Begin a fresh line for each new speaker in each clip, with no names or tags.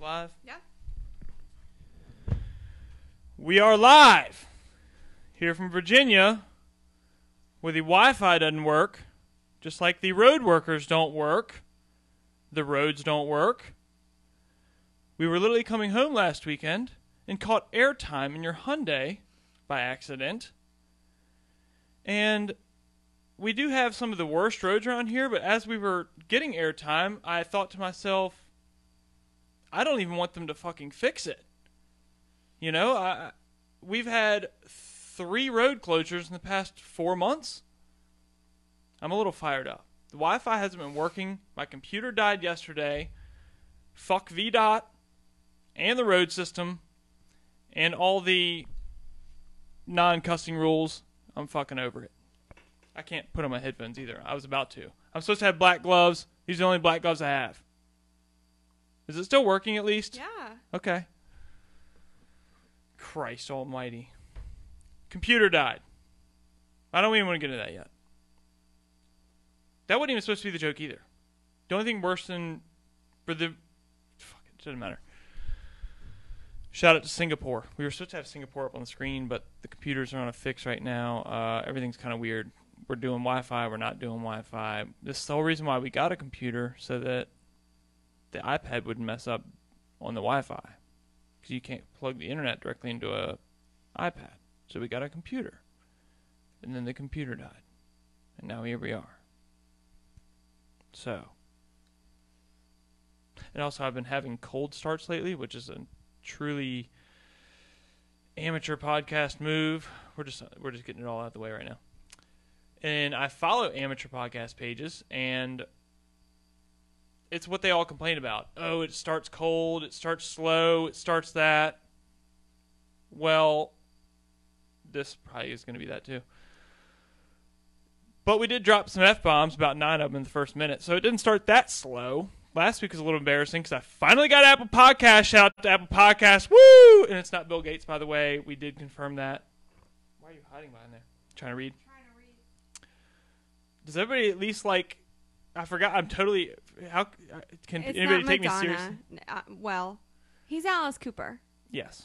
live?
Yeah.
We are live here from Virginia, where the Wi-Fi doesn't work, just like the road workers don't work. The roads don't work. We were literally coming home last weekend and caught airtime in your Hyundai by accident. And we do have some of the worst roads around here, but as we were getting airtime, I thought to myself, I don't even want them to fucking fix it. You know, I, we've had three road closures in the past four months. I'm a little fired up. The Wi Fi hasn't been working. My computer died yesterday. Fuck VDOT and the road system and all the non cussing rules. I'm fucking over it. I can't put on my headphones either. I was about to. I'm supposed to have black gloves. These are the only black gloves I have. Is it still working at least?
Yeah.
Okay. Christ almighty. Computer died. I don't even want to get into that yet. That wasn't even supposed to be the joke either. The only thing worse than for the fuck it doesn't matter. Shout out to Singapore. We were supposed to have Singapore up on the screen, but the computers are on a fix right now. Uh, everything's kind of weird. We're doing Wi-Fi. We're not doing Wi-Fi. This is the whole reason why we got a computer so that the iPad wouldn't mess up on the Wi-Fi because you can't plug the internet directly into a iPad. So we got a computer, and then the computer died, and now here we are. So, and also I've been having cold starts lately, which is a truly amateur podcast move. We're just we're just getting it all out of the way right now. And I follow amateur podcast pages, and it's what they all complain about. Oh, it starts cold, it starts slow, it starts that. Well, this probably is going to be that too. But we did drop some F bombs, about nine of them in the first minute, so it didn't start that slow. Last week was a little embarrassing because I finally got Apple Podcast. Shout out to Apple Podcast. Woo! And it's not Bill Gates, by the way. We did confirm that. Why are you hiding behind there? Trying to read?
Trying to read.
Does everybody at least like. I forgot. I'm totally. How uh, can
It's
anybody
not
take me
Madonna.
seriously?
N- Uh, well, he's Alice Cooper.
Yes.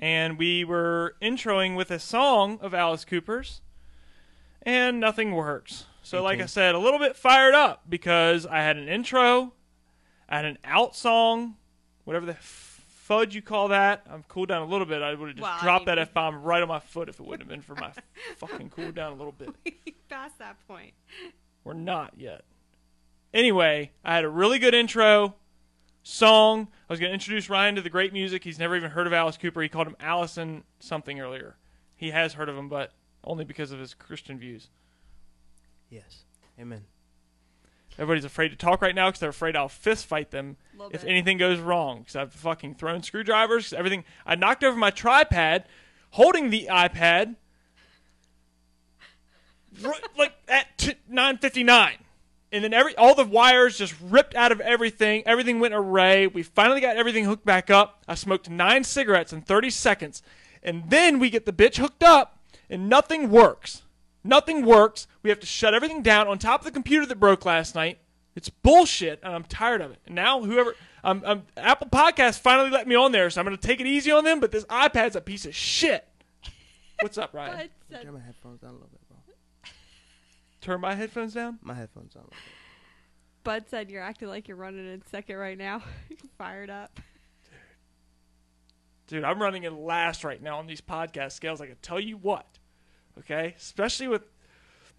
And we were introing with a song of Alice Cooper's, and nothing works. So, like I said, a little bit fired up because I had an intro, I had an out song, whatever the f- fudge you call that. I'm cooled down a little bit. I would have just
Well, I
dropped
mean-
that F bomb right on my foot if it wouldn't have been for my fucking cool down a little bit.
Past that point.
We're not yet. Anyway, I had a really good intro song. I was going to introduce Ryan to the great music. He's never even heard of Alice Cooper. He called him Allison something earlier. He has heard of him, but only because of his Christian views.
Yes. Amen.
Everybody's afraid to talk right now because they're afraid I'll fist fight them
Little
if
bit.
anything goes wrong. Because I've fucking thrown screwdrivers. 'cause everything. I knocked over my tripod, holding the iPad, r- like at t- nine fifty nine, and then every all the wires just ripped out of everything. Everything went array. We finally got everything hooked back up. I smoked nine cigarettes in thirty seconds, and then we get the bitch hooked up, and nothing works. Nothing works. We have to shut everything down on top of the computer that broke last night. It's bullshit, and I'm tired of it. And now whoever, I'm, I'm Apple Podcast finally let me on there, so I'm gonna take it easy on them. But this iPad's a piece of shit. What's up, Ryan?
Turn my headphones down a little bit, bro.
Turn my headphones down.
My headphones down. A little bit.
Bud said you're acting like you're running in second right now. You're fired up.
Dude, I'm running in last right now on these podcast scales. I can tell you what. Okay? Especially with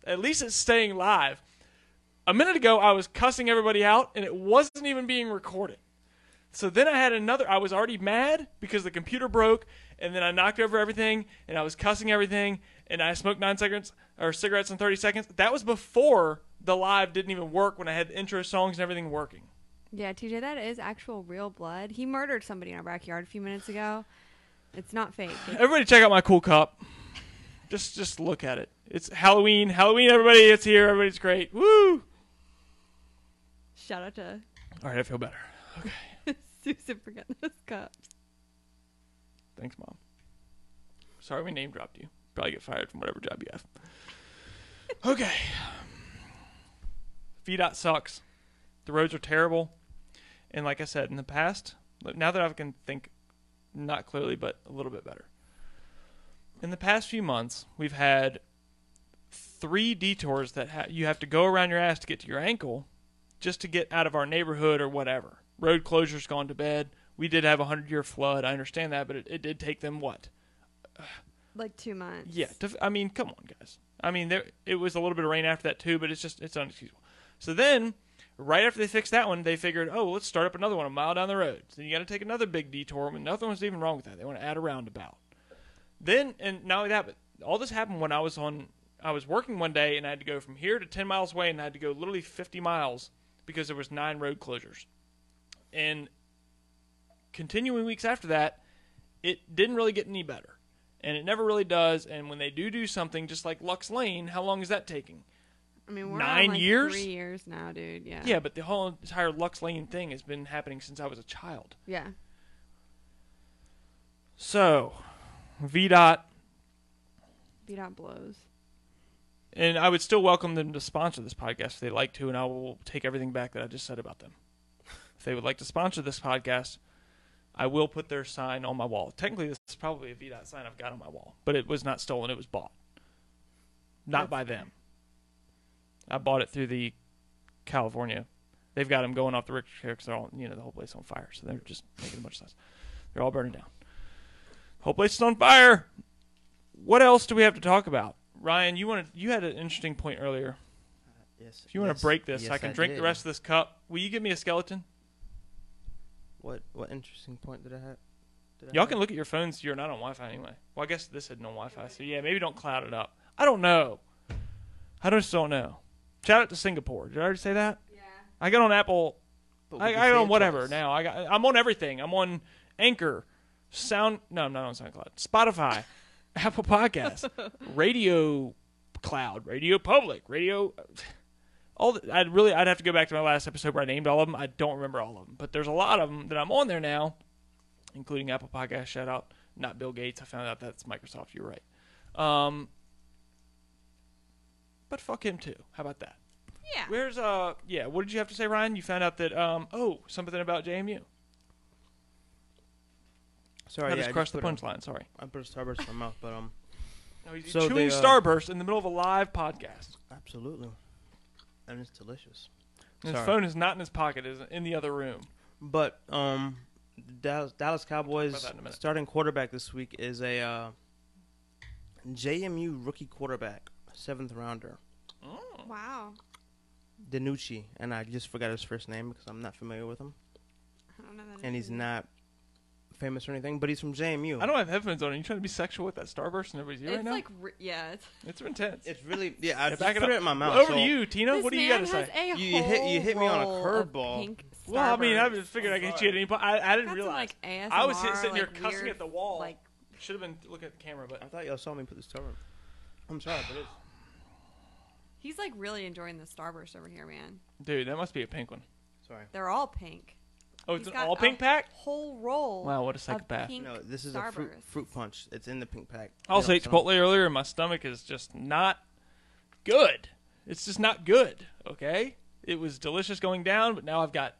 at least it's staying live. A minute ago I was cussing everybody out and it wasn't even being recorded. So then I had another I was already mad because the computer broke and then I knocked over everything and I was cussing everything and I smoked 9 seconds or cigarettes in 30 seconds. That was before the live didn't even work when I had the intro songs and everything working.
Yeah, TJ, that is actual real blood. He murdered somebody in our backyard a few minutes ago. It's not fake. It's-
Everybody check out my cool cup. Just just look at it. It's Halloween. Halloween everybody, it's here. Everybody's great. Woo!
Shout out to
All right, I feel better.
Susan for getting those cups.
Thanks, mom. Sorry we name dropped you. Probably get fired from whatever job you have. Okay. VDOT sucks. The roads are terrible. And like I said in the past, Look, now that I can think, not clearly, but a little bit better. In the past few months, we've had three detours that ha- you have to go around your ass to get to your ankle just to get out of our neighborhood or whatever. Road closures gone to bed. We did have a 100 year flood. I understand that, but it, it did take them what?
Like two months.
Yeah, def- I mean, come on, guys. I mean, there it was a little bit of rain after that too, but it's just it's unexcusable. So then, right after they fixed that one, they figured, oh, let's start up another one a mile down the road. So you got to take another big detour. And nothing was even wrong with that. They want to add a roundabout. Then and not only that, but all this happened when I was on I was working one day and I had to go from here to ten miles away and I had to go literally fifty miles because there was nine road closures. And continuing weeks after that, it didn't really get any better. And it never really does. And when they do do something, just like Lux Lane, how long is that taking?
I mean, we're
Nine
on like
years?
Three years now, dude. Yeah.
Yeah, but the whole entire Lux Lane thing has been happening since I was a child.
Yeah.
So, VDOT,
VDOT blows.
and I would still welcome them to sponsor this podcast if they like to, and I will take everything back that I just said about them. If they would like to sponsor this podcast, I will put their sign on my wall. Technically, this is probably a VDOT sign I've got on my wall, but it was not stolen; it was bought, not
That's
by them. I bought it through the California. They've got them going off the Richter because they're all you know the whole place on fire, so they're just making a bunch of signs. They're all burning down. Whole place is on fire. What else do we have to talk about? Ryan, you want you had an interesting point earlier.
Yes.
If you want to
yes,
break this,
yes,
I can drink
did.
the rest of this cup. Will you give me a skeleton?
What what interesting point did I have? Did I
Y'all
have?
can look at your phones. You're not on Wi-Fi anyway. Well, I guess this isn't on Wi-Fi, so yeah, maybe don't cloud it up. I don't know. I just don't know. Shout out to Singapore. Did I already say that?
Yeah.
I got on Apple
But we
I,
can
I
say
on
it
whatever
twice.
now. I got, I'm on everything. I'm on Anchor, Sound. No, I'm not on SoundCloud. Spotify, Apple Podcasts, Radio Cloud, Radio Public, Radio. All the, I'd really I'd have to go back to my last episode where I named all of them. I don't remember all of them, but there's a lot of them that I'm on there now, including Apple Podcast. Shout out, not Bill Gates. I found out that's Microsoft. You're right. Um, but fuck him too. How about that?
Yeah.
Where's uh yeah, what did you have to say, Ryan? You found out that um oh, something about JMU.
Sorry,
I
yeah,
just
I
crushed the
put a-
punchline, sorry.
I put a starburst in my mouth, but um,
No, he's
So
chewing
they, uh,
Starburst in the middle of a live podcast.
absolutely, and it's delicious.
His
Sorry.
phone is not in his pocket, it's in the other room.
But um, the Dallas, Dallas Cowboys
that in a minute.
starting quarterback this week is a uh, JMU rookie quarterback, seventh rounder, Oh.
Wow.
Danucci, and I just forgot his first name because I'm not familiar with him,
I don't know that.
and
it
he's
is.
not famous or anything, but he's from JMU.
I don't have headphones on. Are you trying to be sexual with that Starburst in everybody's ear
It's
right now?
like re- yeah. It's,
it's intense.
It's really yeah. I
Yeah,
just
back it
put
up.
it in my mouth.
Well, over
so-
to you, Tina.
this
what do you
man
got to
has
say?
a
You hit- you
whole
hit me on a
roll of
curveball.
pink
Well, I mean, I
Starburst.
just figured I could hit you at any point. I, I didn't
Got some,
realize.
like, ASMR,
I was sitting here
like,
cussing
weird,
at the wall.
Like
Should have been looking at the camera, but
I thought y'all saw me put the starburst. I'm sorry, but it's
he's like really enjoying the starburst over here, man.
dude, that must be a pink one.
sorry.
They're all pink.
Oh, it's
He's
an
got
all
a
pink pack.
Whole roll.
Wow, what a
of
psychopath.
pink
No, this is a fruit,
Starburst.
fruit punch. It's in the pink pack.
I also
They
ate
don't sell 'em.
Chipotle earlier, and my stomach is just not good. It's just not good. Okay, it was delicious going down, but now I've got.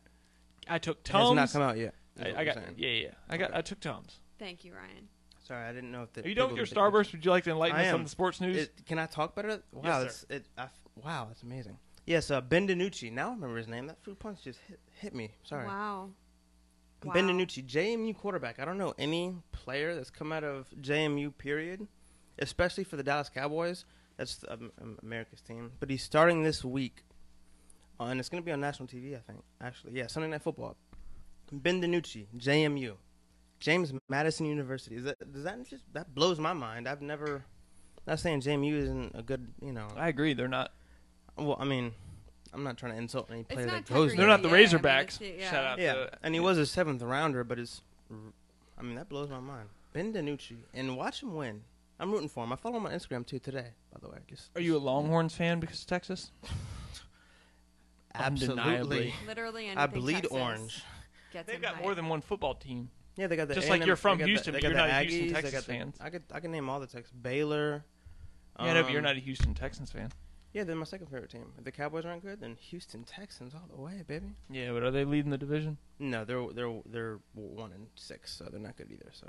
I took
It has
Tums.
not come out yet. is
I,
what
I
you're
got.
saying.
Yeah, yeah. I got. I took Tums.
Thank you, Ryan.
Sorry, I didn't know if the
Are you done with your
people-
Starburst? Would you like to enlighten
I
us on
am.
the sports news?
It, can I talk about it? Wow,
Yes, sir.
it's, it, I f wow, that's amazing. Yes, uh, Ben DiNucci. Now I remember his name. That fruit punch just hit, hit me. Sorry,
Wow.
Ben
Wow.
DiNucci, JMU quarterback. I don't know any player that's come out of JMU. Period, especially for the Dallas Cowboys. That's um, um, America's team. But he's starting this week, uh, and it's going to be on national TV. I think actually, yeah, Sunday Night Football. Ben DiNucci, JMU, James Madison University. Is that does that just that blows my mind? I've never. Not saying JMU isn't a good, you know.
I agree. They're not.
Well, I mean, I'm not trying to insult any
It's
player
not
that goes.
Tedrick.
They're
there.
not the
Yeah, I mean,
Razorbacks.
it's- yeah.
Shout out.
Yeah,
To,
and he was a seventh rounder, but it's, I mean, that blows my mind. Ben DiNucci, and watch him win. I'm rooting for him. I follow him on Instagram too today, by the way. Just
Are you a Longhorns fan because of Texas? Undeniably.
absolutely.
Literally anything.
I bleed
Texas
orange.
Gets
They've
him
got
hyped.
more than one football team.
Yeah, they got the
Just like
A&M
you're from
they got
Houston,
they
but
got
you're not a Houston
Aggies, they
Texans
got the-
fans.
I could I can name all the Texans. Baylor.
yeah, no, but you're
um,
not a Houston Texans fan.
Yeah, they're my second favorite team. If the Cowboys aren't good, then Houston Texans all the way, baby.
Yeah, but are they leading the division?
No, they're they're they're one and six, so they're not good either. So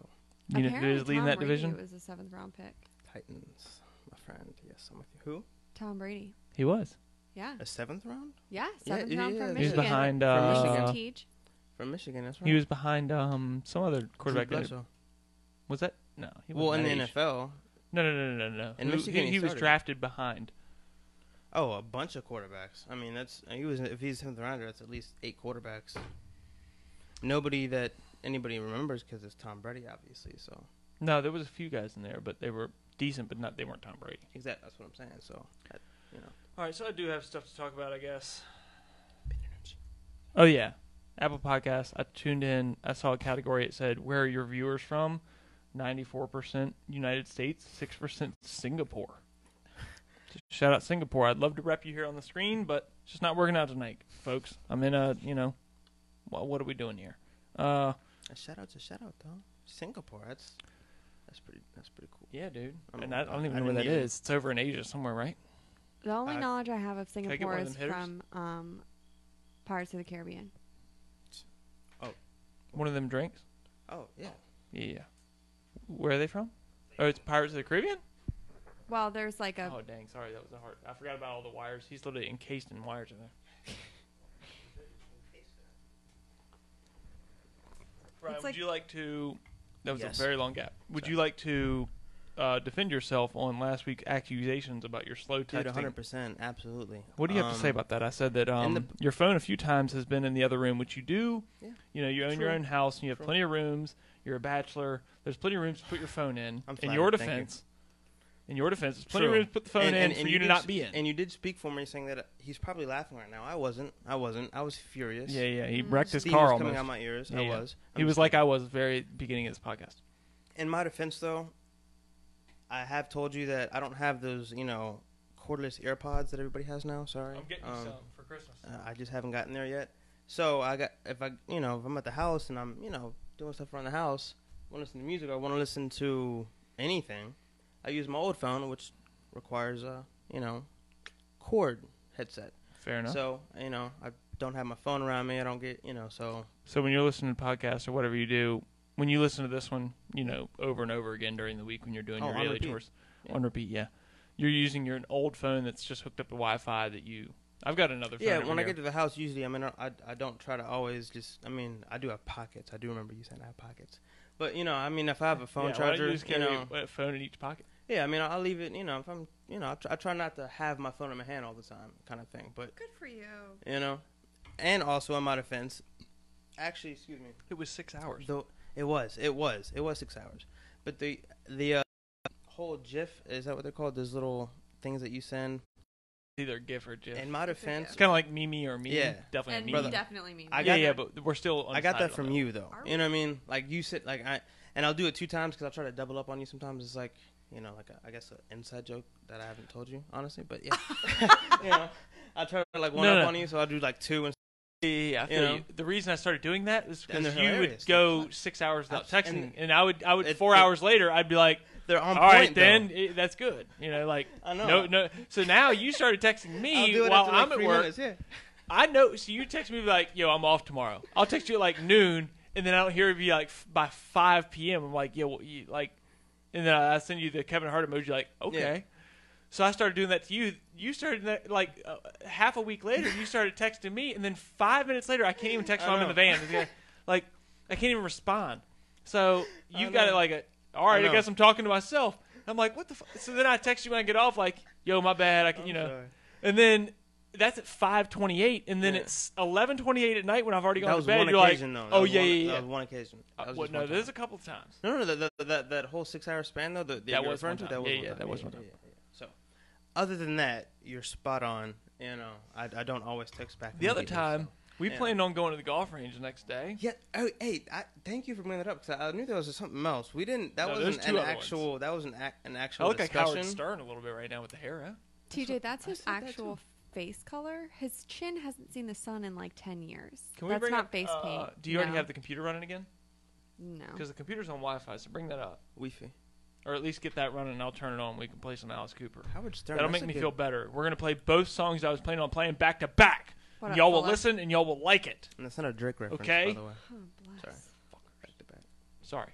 You know
Apparently,
who's leading
Tom
that
Brady
division?
was a seventh round pick.
Titans, my friend. Yes, I'm with you. Who?
Tom Brady.
He was.
Yeah.
A seventh round
Yeah.
Yeah,
Seventh
yeah,
round
yeah,
from
yeah.
He was
Michigan.
behind.
From
Uh,
Michigan Teach.
from Michigan. That's right.
He was behind um some other quarterback. that-
Bledsoe.
was that? No. He
Well, in
wasn't
the
that age.
NFL.
No, no, no, no, no, no.
In
Who-
Michigan,
he,
he
he was
started.
drafted behind.
Oh, a bunch of quarterbacks. I mean, that's he was if he's seventh rounder, that's at least eight quarterbacks. Nobody that anybody remembers because it's Tom Brady, obviously. So
No, there was a few guys in there, but they were decent, but not they weren't Tom Brady.
exactly that's what I'm saying. So that, you know,
All right, so I do have stuff to talk about, I guess. Oh yeah, Apple Podcasts. I tuned in. I saw a category. It said, "Where are your viewers from?" Ninety-four percent United States, six percent Singapore. Shout out Singapore. I'd love to rep you here on the screen, but it's just not working out tonight, folks. I'm in a, you know, wha- what are we doing here? Uh,
a shout out's a shout out though. Singapore, that's that's pretty that's pretty cool.
yeah, dude.
I'm-
and I don't even
I
know where that
didn't
is. It's
even-
over in Asia somewhere, right?
The only
Uh,
knowledge I have of
I get
Singapore
one of
is
them hitters?
from um, Pirates of the Caribbean.
One of them drinks.
Oh yeah,
Yeah. Where are they from? Oh, it's Pirates of the Caribbean.
Well, there's like a
Oh dang! Sorry, that was a hard. I forgot about all the wires. He's literally encased in wires in there. Brian,
It's
would
like-
you like to? That was
Yes.
a very long gap. Would you like to uh, defend yourself on last week's accusations about your slow
dude,
texting?
100 percent, absolutely.
What do you have
Um,
to say about that? I said that um,
the-
your phone a few times has been in the other room, which you do.
Yeah.
You know, you own your
True.
own house and you have
True.
plenty of rooms. You're a bachelor. There's plenty of rooms to put your phone in.
I'm
in your
flattered, thank you.
defense, in your defense, there's plenty of
True.
rooms to put the phone
And-
in
and-
for
and
you, to
did
not
s-
be in.
And you did speak for me, saying that uh, he's probably laughing right now. I wasn't. I wasn't. I was furious.
yeah, yeah. He wrecked his
Steam
car
was
almost.
Mm-hmm. coming out my ears.
Yeah,
I
yeah.
was.
he
I'm
was
just
like I was at the very beginning of this podcast.
In my defense, though, I have told you that I don't have those, you know, cordless AirPods that everybody has now. Sorry, Um,
for Christmas.
uh, I just haven't gotten there yet. So I got if I, you know, if I'm at the house and I'm, you know, doing stuff around the house, want to listen to music, I want to listen to anything. I use my old phone, which requires a, you know, cord headset.
Fair enough. So,
So you know, I don't have my phone around me. I don't get, you know, so
when you're listening to podcasts or whatever you do, when you listen to this one, you know, over and over again during the week when you're doing
Oh,
your
on
daily
repeat.
tours,
Yeah.
on repeat, yeah, you're using your old phone that's just hooked up to Wi-Fi that you. I've got another phone.
Yeah,
over
when I
here.
get to the house, usually I mean I, I don't try to always just. I mean I do have pockets. I do remember you saying I have pockets, but you know I mean if I have a phone
yeah, why don't
charger,
you
you,
just carry
know,
a phone in each pocket.
yeah, I mean I'll leave it. You know if I'm you know I try, I try not to have my phone in my hand all the time, kind of thing. But
Good for you.
you know, and also in my defense, actually, excuse me,
It was six hours.
the, it was it was it was six hours, but the the uh, whole GIF is that what they're called? Those little things that you send.
Either GIF or GIF.
In my
It's a GIF.
defense,
it's kind of like Mimi or me.
Yeah.
definitely
And
Mimi.
Brother,
definitely mean.
I
yeah,
got
yeah,
that-
but we're still.
I got
undecided
that
on
from you though.
Are
You know what I mean? Like you said, like I and I'll do it two times because I try to double up on you sometimes. It's like you know, like a, I guess an inside joke that I haven't told you honestly, but yeah, you know, I try to like one
No,
up
no.
on you, so I'll do like two and
Yeah, yeah, yeah, I feel
know?
you. The reason I started doing that is
And
because
they're
you would
hilarious.
go
They're fun.
six hours without
Abs-
texting,
and-
and, I would, I would
It-
four
it-
hours later, I'd be like,
they're on
"All right,
point. though.
then it, that's good," you know, like
I know.
no, no. So now you started texting
I'll
me
do it
while
after, like,
I'm at
three
work.
minutes, yeah.
I know. So you text me like, "Yo, I'm off tomorrow." I'll text you at like noon, and then I don't hear of you like f- by five p.m. I'm like, "Yo, what you, like," and then I send you the Kevin Hart emoji, like, "Okay." So I started doing that to you. You started that like uh, half a week later. You started texting me, and then five minutes later, I can't even text
I
while I'm in
know.
the van. It's like- Like, I can't even respond. So you've got
know.
it like a. All right, I,
know.
guess I'm talking to myself. I'm like, what the? Fu-? So then I text you when I get off, like, "Yo, my bad. I can, you
I'm
know."
sorry.
And then that's at five twenty eight, and then
Yeah.
it's eleven twenty eight at night when I've already gone
that
to
was
bed.
one
You're like,
occasion though. That
oh
was
yeah,
one,
yeah,
That
yeah.
was one occasion. That
Uh,
was
well,
just
no,
one
there's
time.
a couple times.
No, no, no, that, that, that, that whole six hour span though. That, that
That
you're
was
referring
one
to. That
time.
was
Yeah,
one
yeah,
time.
that was one
yeah,
time.
yeah, yeah. So, other than that, you're spot on. You know, I, I don't always text back.
The other
immediately,
time,
so.
we
Yeah.
planned on going to the golf range the next day.
Yeah. Oh, hey. I, thank you for bringing that up because I, I knew there was something else. We didn't. That
No, there's
wasn't
two
an
other
actual. That was an, ac- an
I
actual
look like
discussion.
Howard Stern a little bit right now with the hair. Huh?
TJ, that's
I
his
said that
actual face color. His chin hasn't seen the sun in like ten years.
Can we
that's
bring
not
up,
face
uh,
paint.
Do you already
No.
have the computer running again?
No.
Because the computer's on Wi Fi, so bring that up.
Wi-Fi.
or at least get that running, and I'll turn it on. We can play some Alice Cooper.
Howard Stern.
That'll
that's
make
a
me
good-
feel better. We're gonna play both songs I was planning on playing back to back. And
What up,
Y'all will
fella?
listen and y'all will like it.
And that's not a Drake reference,
Okay.
by the way.
Oh, bless.
Sorry. Fucker, back to back.
Sorry,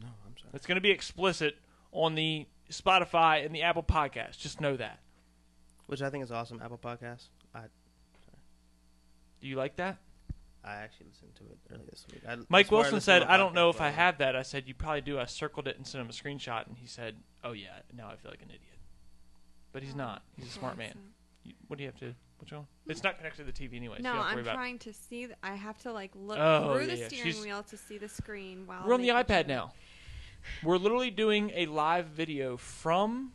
No, I'm sorry.
it's gonna be explicit on the Spotify and the Apple Podcast. Just know that.
Which I think is awesome. Apple Podcasts. I
Do you like that?
I actually listened to it early this week. I,
Mike
that's where
Wilson
listened
said,
to my
"I don't know
podcast,
if
by
I
the way."
have that." I said, "You probably do." I circled it and sent him a screenshot, and he said, "Oh yeah, now I feel like an idiot." But he's
Oh,
not. He's a smart man. You, what do you have to? What's wrong? It's not connected to the TV anyway. so
No,
you don't have to worry
I'm
about. it.
trying to see. th- I have to like look
Oh, yeah,
through the
yeah.
steering
She's-
wheel to see the screen while
We're on the
making
iPad
sure-
now. We're literally doing a live video from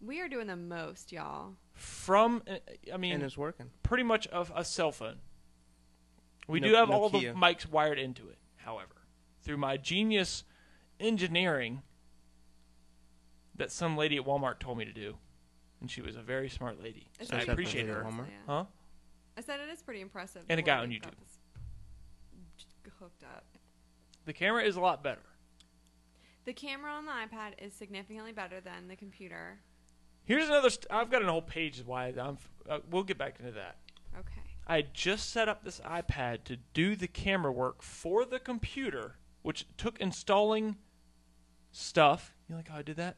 We are doing the most, y'all.
from. uh, I
and
mean,
it's working.
pretty much of a cell phone. We
No-
do have all the
Nokia.
mics wired into it, however, through my genius engineering that some lady at Walmart told me to do, and she was a very smart lady.
It's
So I
pretty
Except
appreciate
lady at
her,
impressive,
Walmart.
yeah.
huh?
I said it is pretty impressive.
And a
the
guy
way
on
they've
YouTube.
got this g- Hooked up.
The camera is a lot better.
The camera on the iPad is significantly better than the computer.
Here's another. St- I've got a whole page why I'm. f- Uh, we'll get back into that.
Okay.
I had just set up this iPad to do the camera work for the computer, which took installing stuff. You like how I did that?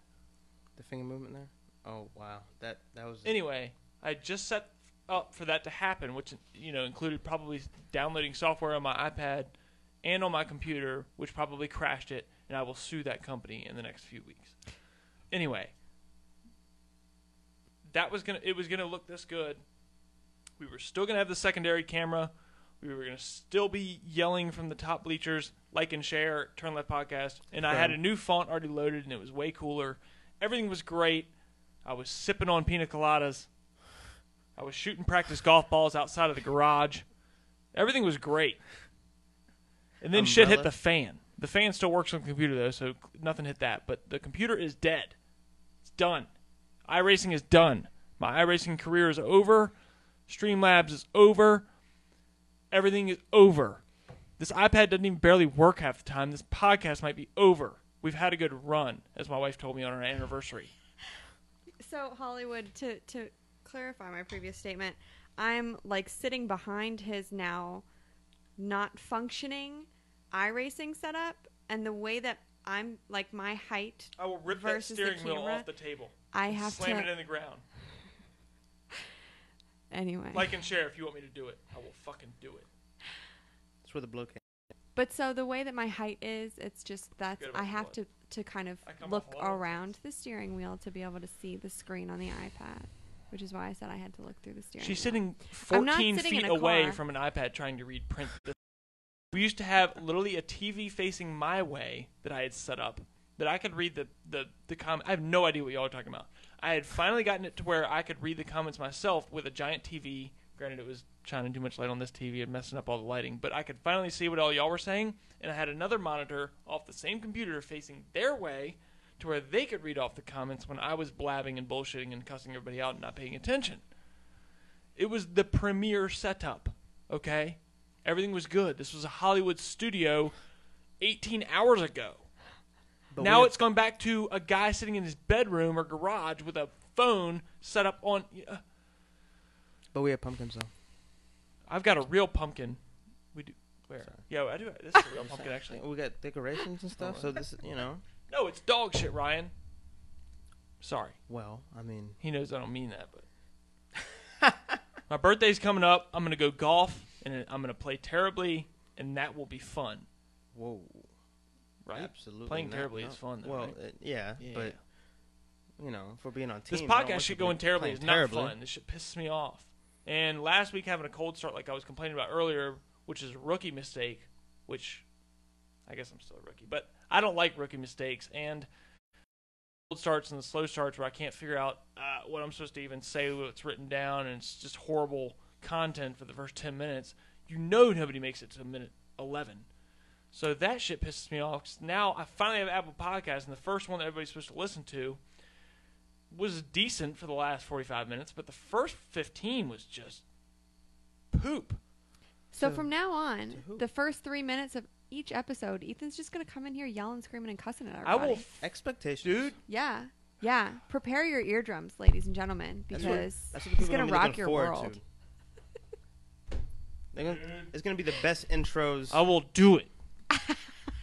The finger movement there. Oh wow, that that was
Anyway, I just set up for that to happen, which you know included probably downloading software on my iPad and on my computer, which probably crashed it, and I will sue that company in the next few weeks. Anyway, that was gonna it was gonna look this good. We were still gonna have the secondary camera. We were gonna still be yelling from the top bleachers, like and share, turn left podcast. And I had a new font already loaded, and it was way cooler. Everything was great. I was sipping on pina coladas. I was shooting practice golf balls outside of the garage. Everything was great. And then shit hit
Umbrella.
the fan. The fan still works on the computer though, so nothing hit that. But the computer is dead. It's done. iRacing is done. My iRacing career is over. Streamlabs is over. Everything is over. This iPad doesn't even barely work half the time. This podcast might be over. We've had a good run, as my wife told me on our anniversary.
So Hollywood, to to clarify my previous statement, I'm like sitting behind his now not functioning iRacing setup, and the way that I'm like my height,
I will rip
that Versus the steering wheel camera. off the
table.
I have
slam
to
Oh, it in the ground.
anyway.
Like and share if you want me to do it. I will fucking do it.
that's where the blow came.
But so the way that my height is, it's just that's
Forget about
I
the
have
blood.
to to kind of
I come off
look
a lot of
around the steering wheel to be able to see the screen on the iPad, which is why I said I had to look through the steering.
She's
wheel.
sitting
I'm not
14
sitting in
feet
a
away
car.
from an iPad trying to read print. This- We used to have literally a TV facing my way that I had set up that I could read the, the, the comment. I have no idea what y'all are talking about. I had finally gotten it to where I could read the comments myself with a giant TV. Granted, it was shining too much light on this TV and messing up all the lighting, but I could finally see what all y'all were saying. And I had another monitor off the same computer facing their way to where they could read off the comments when I was blabbing and bullshitting and cussing everybody out and not paying attention. It was the premiere setup, okay? Everything was good. This was a Hollywood studio 18 hours ago.
But
now
we-
it's gone back to a guy sitting in his bedroom or garage with a phone set up on. uh,
but we have pumpkins though.
I've got a real pumpkin. We do. Where?
Sorry.
Yeah, I do. This is a real pumpkin, actually. Oh,
We got decorations and stuff. So this, you know,
No, it's dog shit, Ryan. Sorry.
well, I mean,
He knows I don't mean that, but. My birthday's coming up. I'm going to go golf, and I'm going to play terribly, and that will be fun,
whoa,
right?
absolutely.
Playing
not,
terribly
no.
is fun, though,
Well,
right?
it- yeah,
Yeah.
but you know, for being on team,
This
I don't
podcast
want
shit
to be
going terribly
playing
is not
terribly.
fun. This shit pisses me off. And last week having a cold start, like I was complaining about earlier, which is a rookie mistake, which I guess I'm still a rookie, but I don't like rookie mistakes. And cold starts and the slow starts where I can't figure out uh, what I'm supposed to even say, what's written down, and it's just horrible content for the first 10 minutes. You know nobody makes it to minute 11. So that shit pisses me off. 'cause Now I finally have Apple Podcasts, and the first one that everybody's supposed to listen to was decent for the last 45 minutes, but the first 15 was just poop.
So
To-
from now
to
on,
who?
the first three minutes of each episode, Ethan's just gonna come in here yelling, screaming, and cussing at
I
everybody.
will,
Expectations.
dude.
Yeah, yeah. Prepare your eardrums, ladies and gentlemen,
That's
because
what- That's what the
he's
people are
gonna
be
rock
looking
your
forward
world.
To. They're gonna- it's gonna be the best intros.
I will do it.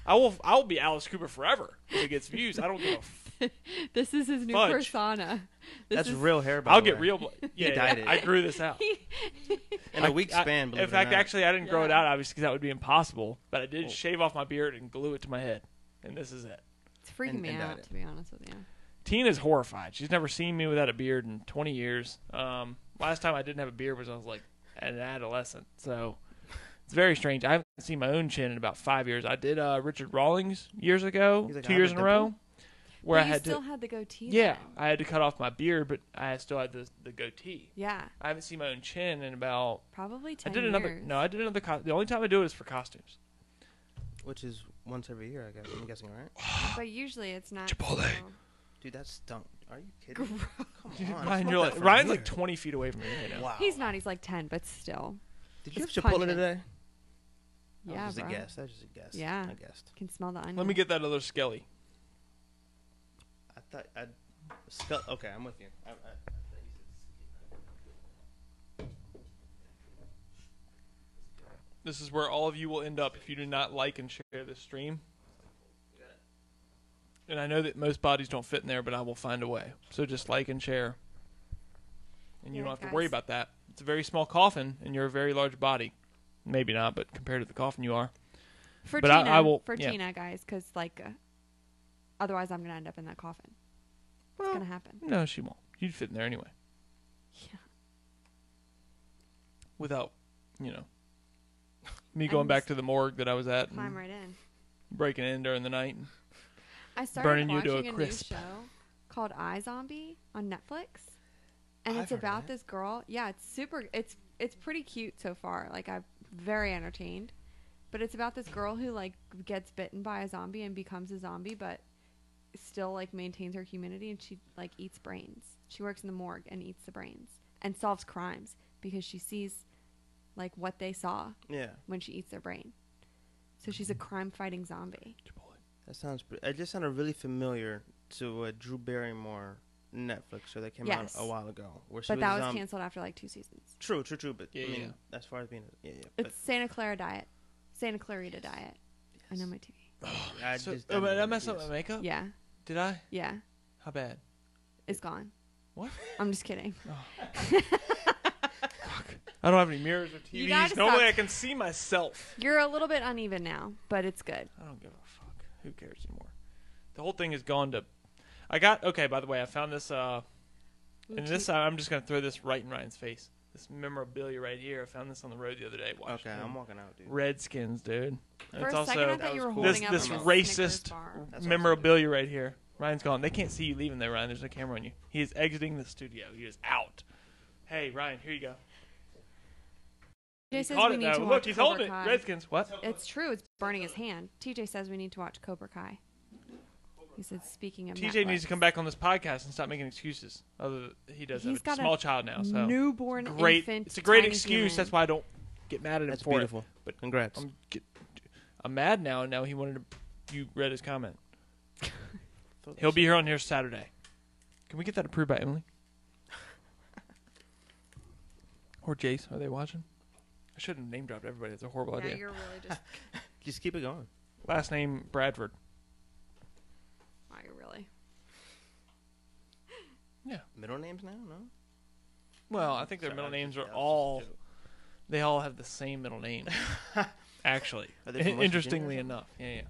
I will. I will be Alice Cooper forever if it gets views. I don't give a. F-
this is his new
Fudge.
persona. This
That's
is,
real hair. By
I'll
the
get
way.
real. bl- Yeah, yeah,
dieted.
I grew this out
in a week
I-
span. believe
in fact,
it or not.
actually, I didn't grow it
Yeah.
out obviously because that would be impossible. But I did
Oh.
shave off my beard and glue it to my head, and this is it.
It's freaking
And-
me
and
out,
diet.
to be honest with you.
Tina's horrified. She's never seen me without a beard in 20 years. Um, last time I didn't have a beard was I was like an adolescent. So it's very strange. I haven't seen my own chin in about five years. I did uh, Richard Rawlings years ago,
He's like,
two
"I
years in
have
a
a
row, where
but
I
you
had
still
to.
had the goatee.
Yeah,
though.
I had to cut off my beard, but I still had the, the goatee.
yeah.
I haven't seen my own chin in about.
Probably
I
ten.
did another.
years.
No, I did another. Co- the only time I do it is for costumes.
which is once every year, I guess. I'm guessing, right?
but usually it's not.
Chipotle.
so-
Dude, that stunk. Are you kidding? me? Come
Dude, Ryan,
on.
you're
smoke that
like,
for a
Ryan's like
year.
20 feet away from me right now.
Wow.
He's not. He's like ten, but still.
Did you have
it's
Chipotle
pungent.
today? That
Yeah,
was just
bro.
a guess. That was just a guess.
Yeah.
I guessed.
Can smell the onion.
Let me get that other skelly.
I thought I. Scu- okay, I'm with you. I, I, I thought you said
This is where all of you will end up if you do not like and share this stream. And I know that most bodies don't fit in there, but I will find a way. So just like and share. And you
Yeah,
don't have to worry
guys.
about that. It's a very small coffin, and you're a very large body. Maybe not, but compared to the coffin, you are.
for
but I-
Tina.
I will-
for
yeah.
Tina, guys, because like, uh, otherwise I'm gonna end up in that coffin. It's gonna happen.
No, she won't. You'd fit in there anyway.
Yeah.
Without, you know, me
I'm
going back
just-
to the morgue that I was at
Climb
and
right in.
breaking in during the night.
I started
Burning you to
watching
a
a,
crisp.
new show called I Zombie on Netflix, and
I've
it's
heard of
about
it.
this girl. Yeah, it's super. It's it's pretty cute so far. Like I'm very entertained, but it's about this girl who like gets bitten by a zombie and becomes a zombie, but still like maintains her humanity and she like eats brains. She works in the morgue and eats the brains and solves crimes because she sees like what they saw
Yeah,
when she eats their brain. So she's a
Mm-hmm.
crime fighting zombie.
that sounds. Pre- it just sounded really familiar to a Drew Barrymore Netflix show that came
Yes.
out a while ago. Where she
But
was,
that was
um,
canceled after like two seasons.
True, true, true. But
Yeah,
I mean,
yeah.
as far as being, a, yeah, yeah. But
It's Santa Clara diet. Santa Clarita diet. I know my TV.
I
So,
just,
oh,
I
but
mean,
I messed up
yes.
my makeup?
Yeah.
Did I?
Yeah.
How bad?
It's gone.
What?
I'm just kidding.
I don't have any mirrors or
You
TVs.
gotta
Normally
stop.
I can see myself.
You're a little bit uneven now, but it's good.
I don't give a fuck. Who cares anymore? The whole thing has gone to. I got okay. By the way, I found this. uh And this, I'm just gonna throw this right in Ryan's face. This memorabilia right here. I found this on the road the other day.
Okay,
Washing
I'm walking out, dude.
Redskins, dude.
For
it's
a
also
second, I
That
thought you were
was cool.
holding
this
up
this
like a Snickers
racist
bar.
That's
memorabilia right here. Ryan's gone. They can't see you leaving there, Ryan. There's no camera on you. He is exiting the studio. He is out. Hey, Ryan, here you go.
TJ says
Caught
we
it,
need
though.
to watch
Look, he's
Cobra
holding it.
Kai.
Redskins. What?
It's true. It's burning his hand. TJ says we need to watch Cobra Kai. He said, speaking of
TJ needs
Netflix,
to come back on this podcast and stop making excuses. Other than he does
He's
have
got
a
a
small child now, so
Newborn
great.
infant.
It's a great
tiny
excuse.
human.
That's why I don't get mad at him
That's
for
beautiful.
But
Congrats.
it. I'm, get, I'm mad now. and Now he wanted to. You read his comment. He'll be here on here Saturday. Can we get that approved by Emily or Jace? Are they watching? I shouldn't have name dropped everybody. That's a horrible
Now
idea.
you're really just.
Just keep it going.
Last name Bradford.
Wow, you're really.
Middle names now, no?
Well, I think their
Sorry,
middle
I was
names
just-
are
I was just
all.
joking.
They all have the same middle name. Actually,
Are they from West
interestingly
Virginia
enough, yeah,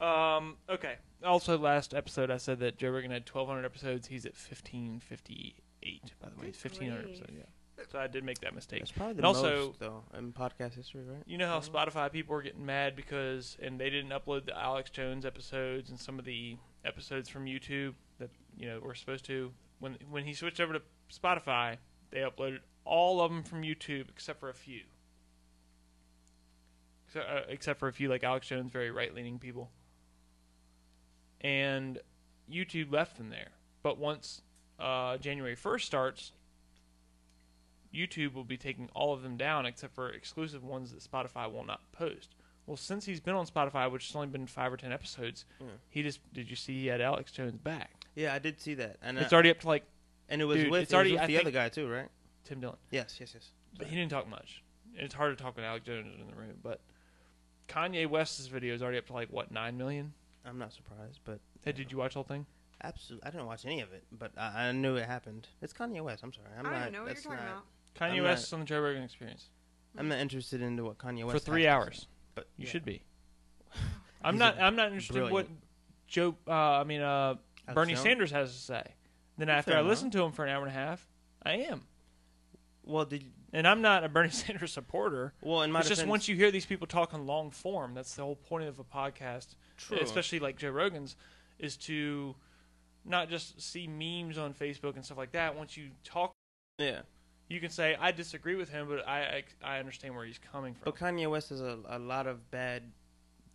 yeah. Um. Okay. Also, last episode I said that Joe Rogan had 1,200 episodes. He's at 1,558. By the way,
Good
1,500
grief.
episodes. Yeah. So I did make that mistake.
That's probably
And
the
also-
most though in podcast history, right?
You know how
Mhm.
Spotify people were getting mad because and they didn't upload the Alex Jones episodes and some of the episodes from YouTube that you know were supposed to. When when he switched over to Spotify, they uploaded all of them from YouTube except for a few. So, uh, except for a few like Alex Jones, very right leaning people. And YouTube left them there. But once uh, January first starts, YouTube will be taking all of them down except for exclusive ones that Spotify will not post. Well, since he's been on Spotify, which has only been five or ten episodes, he just did you see he had Alex Jones back?
Yeah, I did see that, and
It's
uh,
already up to like
and it was
dude,
with,
it's
it was
already-
with
I
the
think-
other guy too, right?
Tim Dillon,
Yes, yes, yes.
but he didn't talk much. And it's hard to talk with Alex Jones in the room, but Kanye West's video is already up to like what nine million?
I'm not surprised, but
Hey, did you watch the whole thing?
absolutely, I didn't watch any of it, but I, I knew it happened. It's Kanye West. I'm sorry, I'm
I don't
not.
even know what you're
that's
talking
not-
about.
Kanye
I'm
West is on the Joe Rogan Experience
I'm not interested into what Kanye West
for
has
three
to
hours.
say, but
You
yeah.
should be. I'm
He's
not.
a
I'm not interested in what Joe. Uh, I mean, uh,
Alex
Bernie
Jones?
Sanders has to say. Then
Well,
after
fair
I
enough.
listen to him for an hour and a half, I am.
Well, did
And I'm not a Bernie Sanders supporter.
well in my
It's
defense,
just once you hear these people talk in long form, that's the whole point of a podcast,
True.
especially like Joe Rogan's, is to not just see memes on Facebook and stuff like that. Once you talk,
yeah.
you can say I disagree with him, but I I, I understand where he's coming from.
But Kanye West has a, a lot of bad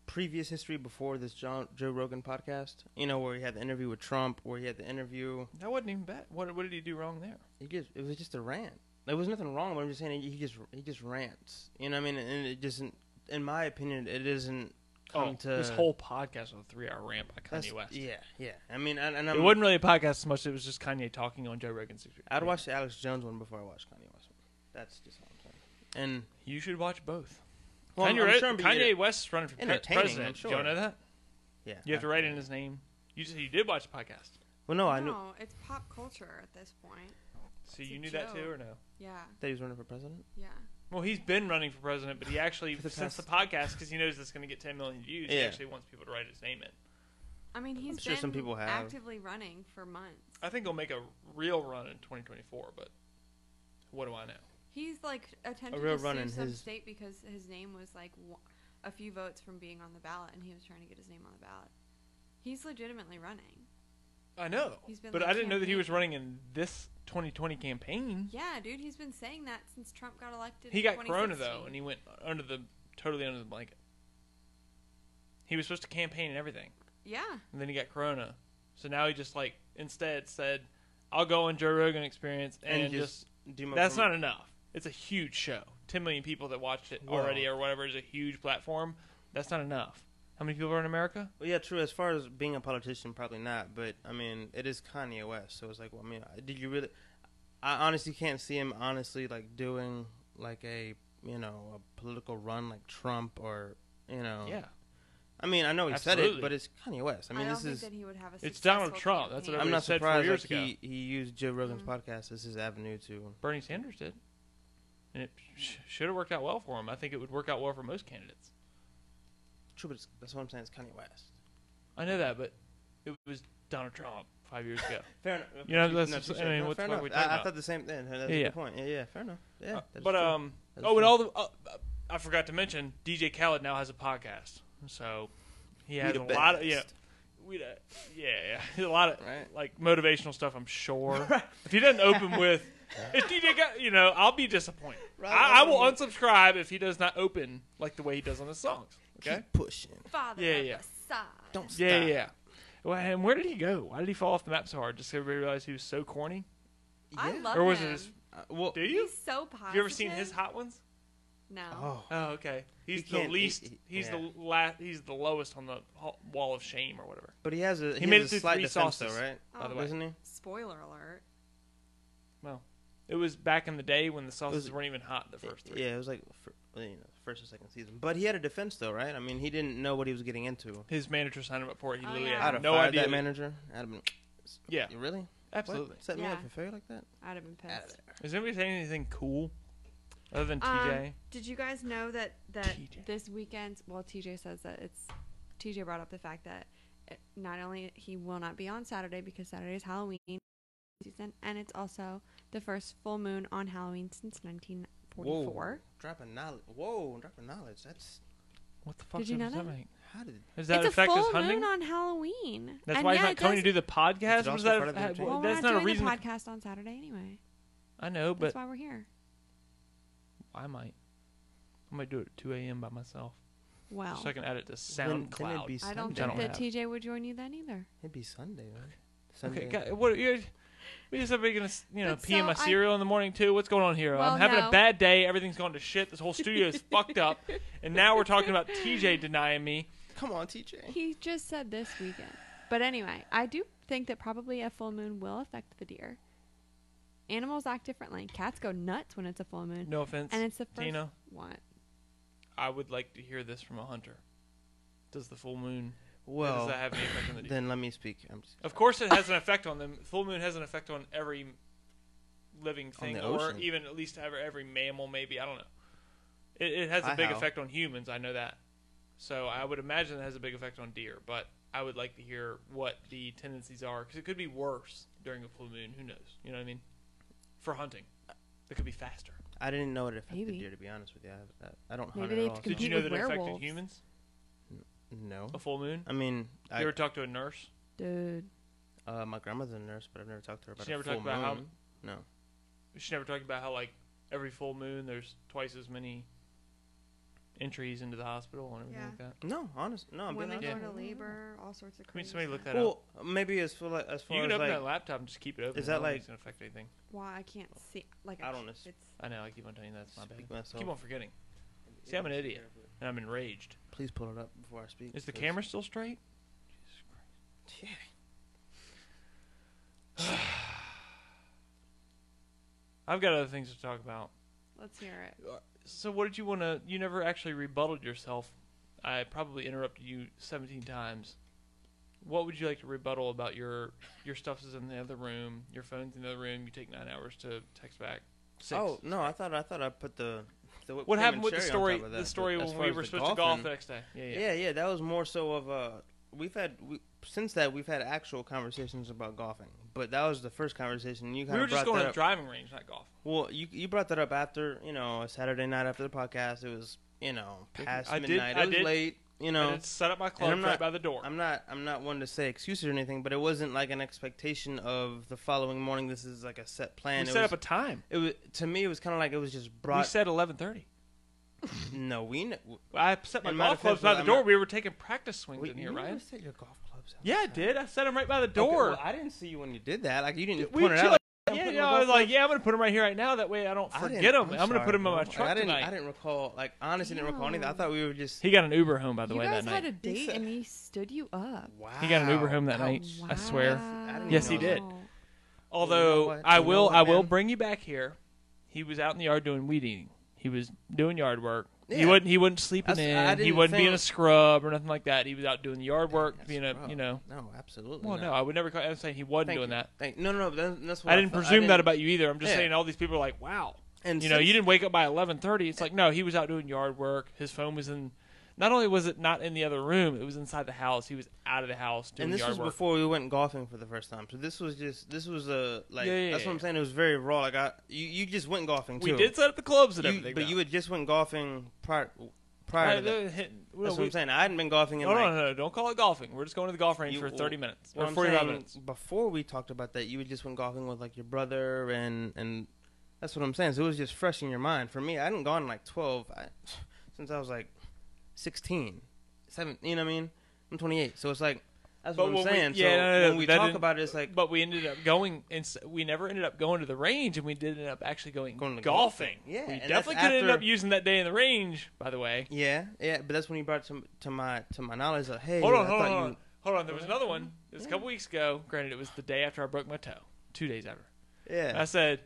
previous history before this John, Joe Rogan podcast. You know, where he had the interview with Trump, where he had the interview.
That wasn't even bad. What what did he do wrong there?
He just it was just a rant. There was nothing wrong. But I'm just saying he he just he just rants. You know what I mean? And it doesn't. In my opinion, it isn't come
Oh,
to
this whole podcast was a three-hour rant by
that's-
Kanye West.
Yeah, um, yeah. I mean, and, and
it
I'm,
wasn't really a podcast as much. It was just Kanye talking on Joe Rogan's.
I'd watch the Alex Jones one before I watched Kanye West one. That's just all I'm saying. And
You should watch both.
well,
Kanye,
I'm, I'm
Re-
sure it'd be
Kanye
enter-
West's running for pre-
entertaining,
president.
I'm sure.
Do you know that?
yeah,
You have to write in his name. You just, you did watch the podcast,
Well, no, I knew
No, it's pop culture at this point.
so
It's
you
a
knew that too,
joke.
or no?
Yeah,
that he was running for president.
yeah.
Well, he's been running for president, but he actually
For the
since the podcast because he knows it's going to get 10 million views. He
Yeah.
actually wants people to write his name in.
I mean, he's
sure
been
some people have.
actively running for months.
I think he'll make a real run in 2024, but what do I know?
He's like attempted
real
to
run
sue
in
some
his-
state because his name was like w- a few votes from being on the ballot, and he was trying to get his name on the ballot. He's legitimately running.
I know,
He's been,
but
like,
I didn't know that he was
campaigning.
running in this 2020 campaign.
Yeah, dude, he's been saying that since Trump got elected.
He
in
got corona though,
2016.
and he went under the totally under the blanket. He was supposed to campaign and everything,
yeah,
and then he got corona. So now he just like instead said, "I'll go on Joe Rogan Experience," and,
And
just,
just Do my
that's
prom-
not enough. It's a huge show. Ten million people that watched it
Well-
already, or whatever, is a huge platform. That's not enough. How many people are in America?
Well, yeah, true. As far as being a politician, probably not. But I mean, it is Kanye West, so it's like, well, I mean, did you really? I honestly can't see him honestly like doing like a you know a political run like Trump or you know.
Yeah,
I mean, I know he said
Absolutely.
it, but it's Kanye West. I
I,
mean,
don't
this
think
is.
that he would have a.
It's Donald
successful
Trump, that's what
campaign.
everybody
I'm not
said four years
surprised like, he he used Joe Rogan's podcast as his avenue to.
Bernie Sanders did, and it sh- should have worked out well for him. I think it would work out well for most candidates.
True, but it's, that's what I'm saying. It's Kanye West.
I know that, but it was Donald Trump five years ago.
Fair enough.
You know,
No,
that's-
no, touche.
I mean,
No,
what
fair
the fuck
enough.
we talking
I, I
about?
thought the same thing. That's
Yeah,
a
yeah.
good point. Yeah, yeah, fair enough. Yeah,
Uh,
that is
but
true.
um,
That is
oh, and
true.
all the uh, uh, I forgot to mention DJ Khaled now has a podcast, so he has
the
a lot of
best.
yeah, we uh, yeah yeah a lot of
Right.
like motivational stuff. I'm sure if he doesn't open with it's DJ, Khaled, you know, I'll be disappointed.
Right,
I, I will
right.
unsubscribe if he does not open like the way he does on his songs. Okay.
keep pushing.
Father
Yeah,
of
yeah.
the side.
Don't stop.
Yeah, yeah, yeah. Well, and where did he go? Why did he fall off the map so hard? Just 'cause everybody realized he was so corny,
I
Yeah.
love
or was
him.
it his?
Uh, well,
Do you?
He's so positive.
Have you ever seen his hot ones?
No.
oh,
Oh, okay. He's
He
the
can't- he-
least.
he-
he's
yeah.
the la- He's the lowest on the ho- wall of shame or whatever.
but he has a he,
made it
has a
through
slight
three
defense,
sauces,
though, right?
Oh.
by the way.
Isn't he?
Spoiler alert.
Well, it was back in the day when the sauces
was-
weren't even hot. The first three.
Yeah, it was like fir- well, you know, first or second season. But he had a defense, though, right? I mean, he didn't know what he was getting into.
His manager signed him up for it. He
Oh,
literally
yeah.
had
I'd have
no
fired
idea.
that manager. I'd have been,
Yeah,
you really? What?
absolutely.
Set me
Yeah.
up for failure like that?
I'd have been
Out of
pissed.
there.
Is anybody saying anything cool other than
Um,
TJ?
Did you guys know that that
TJ.
this weekend? Well, TJ says that it's TJ brought up the fact that it, not only he will not be on Saturday because Saturday is Halloween season, and it's also the first full moon on Halloween since 1944.
Dropping knowledge. Whoa, dropping knowledge. That's
what the fuck
did you
does
know
that
that?
make?
how did?
Does that
it's
affect
a
his
full
hunting?
moon on Halloween.
That's
And
why
yeah,
he's not
it
coming
does- Uh,
to do the podcast.
Is it
What does
also
that?
part of the
ha-
routine?
Well,
that's
we're not,
not a
doing
reason.
the podcast on Saturday anyway.
I know,
That's
but
why we're here.
I might. I might do it at 2 a.m. by myself,
Well,
so I can edit to
Then- then it'd
SoundCloud.
be
I
Sunday.
don't
I
think
don't
that
have.
TJ would join you then either.
It'd be Sunday, right? Sunday.
Okay, guy, what? You're, We just said we're gonna, you know,
But
pee in
so
my
I-
cereal in the morning too. What's going on here?
Well,
I'm having
no.
a bad day. Everything's gone to shit. This whole studio is fucked up, and now we're talking about TJ denying me.
Come on, TJ.
He just said this weekend. But anyway, I do think that probably a full moon will affect the deer. Animals act differently. Cats go nuts when it's a full moon.
No offense,
and it's the first
Tina.
one.
I would like to hear this from a hunter. Does the full moon? does
Well,
that have any effect on the deer?
then let me speak. I'm just,
Of course, it has an effect on them. Full moon has an effect on every living thing,
the
or
ocean.
even at least every, every mammal. Maybe I don't know. It, it has a
I
big
how.
effect on humans. I know that. So I would imagine it has a big effect on deer, but I would like to hear what the tendencies are because it could be worse during a full moon. Who knows? You know what I mean? For hunting, it could be faster.
I didn't know it affected
Maybe.
deer. To be honest with you, I, I- I don't
Maybe
hunt
they
at
have
all.
to
Did
so-
you Oh,
Compete
know
with
that it affected
werewolves.
humans?
no,
A full moon.
I mean, I,
you ever talked to a nurse?
Dude.
uh, my grandmother's a nurse, but I've never talked to her about.
She
a
never
full
talked about how-
moon. No,
she never talked about how like every full moon there's twice as many entries into the hospital and everything
Yeah.
like that.
no, honest, no. I'm
Women
being
Yeah.
go
honest.
into labor, all sorts of
Can
crazy.
somebody look
stuff.
that up?
Well, maybe as far as far
You can
as
open
like
that laptop and just keep it open.
Is that
I don't think
like-
it's gonna affect anything?
Why I can't see like
I don't know.
It's
I know. I keep on telling you that's my bad.
speak myself.
Keep on forgetting, See, I'm an idiot. and I'm enraged.
Please pull it up before I speak.
Is the
'cause-
camera still straight?
Yeah.
I've got other things to talk about.
let's hear it.
So what did you want to? You never actually rebutted yourself. I probably interrupted you 17 times. What would you like to rebuttal about your your stuff is in the other room, your phone's in the other room. You take nine hours to text back. Six.
Oh no, I thought I thought I put the. the whipped
What
cream
happened
and
with the
cherry on
story?
top of that,
the story
but as
when
far
we
as
were
the
supposed to golf
golfing-
the next day. Yeah, yeah.
Yeah, yeah, that was more so of a. We've had we, since that we've had actual conversations about golfing, but that was the first conversation you kind
we were
of
just
brought
going to
that
the
up.
driving range, not golf.
well, you you brought that up after you know a Saturday night after the podcast. It was you know past
I did-
midnight.
I
it was
did-
late. You
No.
know,
I did set up my club
I'm
right
not-
by the door.
I'm not I'm not one to say excuses or anything, but it wasn't like an expectation of the following morning. This is like a set plan.
we
it
set
was,
up a time.
it was to me. It was kind of like it was just
we
brought.
said 11:30.
no, we kn-
I set my
In my
golf clubs
defense,
by the
I'm
door.
not-
We were taking practice swings
Wait,
in here,
you
Ryan.
never set your golf clubs. Out
Yeah, I did. I set them right by the
Okay,
door.
well, I didn't see you when you did that. Like you didn't
we
point it
chill-
out. like, I'm
yeah,
putting
yeah,
my
I was
golf
like, yeah, I'm gonna put them right here, right now. That way, I don't
I didn't-
forget them. I'm, gonna
sorry,
put them in
bro.
my
Like,
truck
I didn't,
tonight.
I didn't recall. Like honestly, didn't recall anything. I thought we were just.
He got an Uber home, by the
you
way,
guys
that
had
night.
a date
said-
and he stood you up.
Wow.
He got an Uber home that night. I swear.
didn't
Yes, he did. Although
You know what?
I
You know
will,
what,
I will
man?
bring you back here. He was out in the yard doing weed eating. He was doing yard work. He
Yeah.
wasn't. He wasn't sleeping
That's- I
in. He
didn't
wasn't being
think-
a scrub or nothing like that. He was out doing the yard work,
That's
being a,
rough.
you know.
No, absolutely.
Well,
not.
no, I would never. Call, I'm saying he wasn't
Thank
doing
you.
that.
Thank, no, no, no. That's, that's what
I didn't
thought.
presume that
didn't-
about you either. I'm just
Yeah.
saying all these people are like, wow,
And
you know,
since-
you didn't wake up by 11:30. It's like, no, he was out doing yard work. His phone was in. Not only was it not in the other room, it was inside the house. He was out of the house doing
And this
yard
was
work.
before we went golfing for the first time. So this was just this was a like
Yeah, yeah,
that's what I'm
yeah.
saying. It was very raw. Like I, you, you just went golfing
we
too.
did set up the clubs and
You-
everything,
but
though.
you had just went golfing prior
Right,
prior to that.
uh, hit- well,
That's what
we-
I'm saying. I hadn't been golfing in
No,
like
no, no, no, don't call it golfing. We're just going to the golf range
You-
for 30 minutes
Well,
or
I'm
45
saying,
minutes.
Before we talked about that, you had just went golfing with like your brother, and and that's what I'm saying. So it was just fresh in your mind. For me, I hadn't gone like 12 I, since I was like 16, 7. You know what I mean? I'm 28, so it's like that's
But
what
when
I'm
we-
saying.
yeah, no,
so
no, no,
when we
that
talk
didn't-
about it, it's like
But we ended up going, and s- we never ended up going to the range, and we did end up actually going,
Going to
golfing.
golfing. Yeah,
we
and that's
definitely could end
after-
up using that day in the range. By the way,
yeah, yeah. But that's when you brought it to to my to my knowledge. Like, hey,
hold on,
I
hold on,
thought
hold on.
you-
hold on. There was another one. It was a couple weeks ago. Granted, it was the day after I broke my toe, two days after.
Yeah,
I said,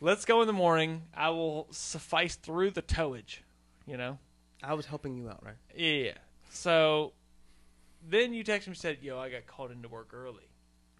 "Let's go in the morning. I will suffice through the towage." You know.
I was helping you out, right?
Yeah. So then you texted me and said, "Yo, I got called into work early."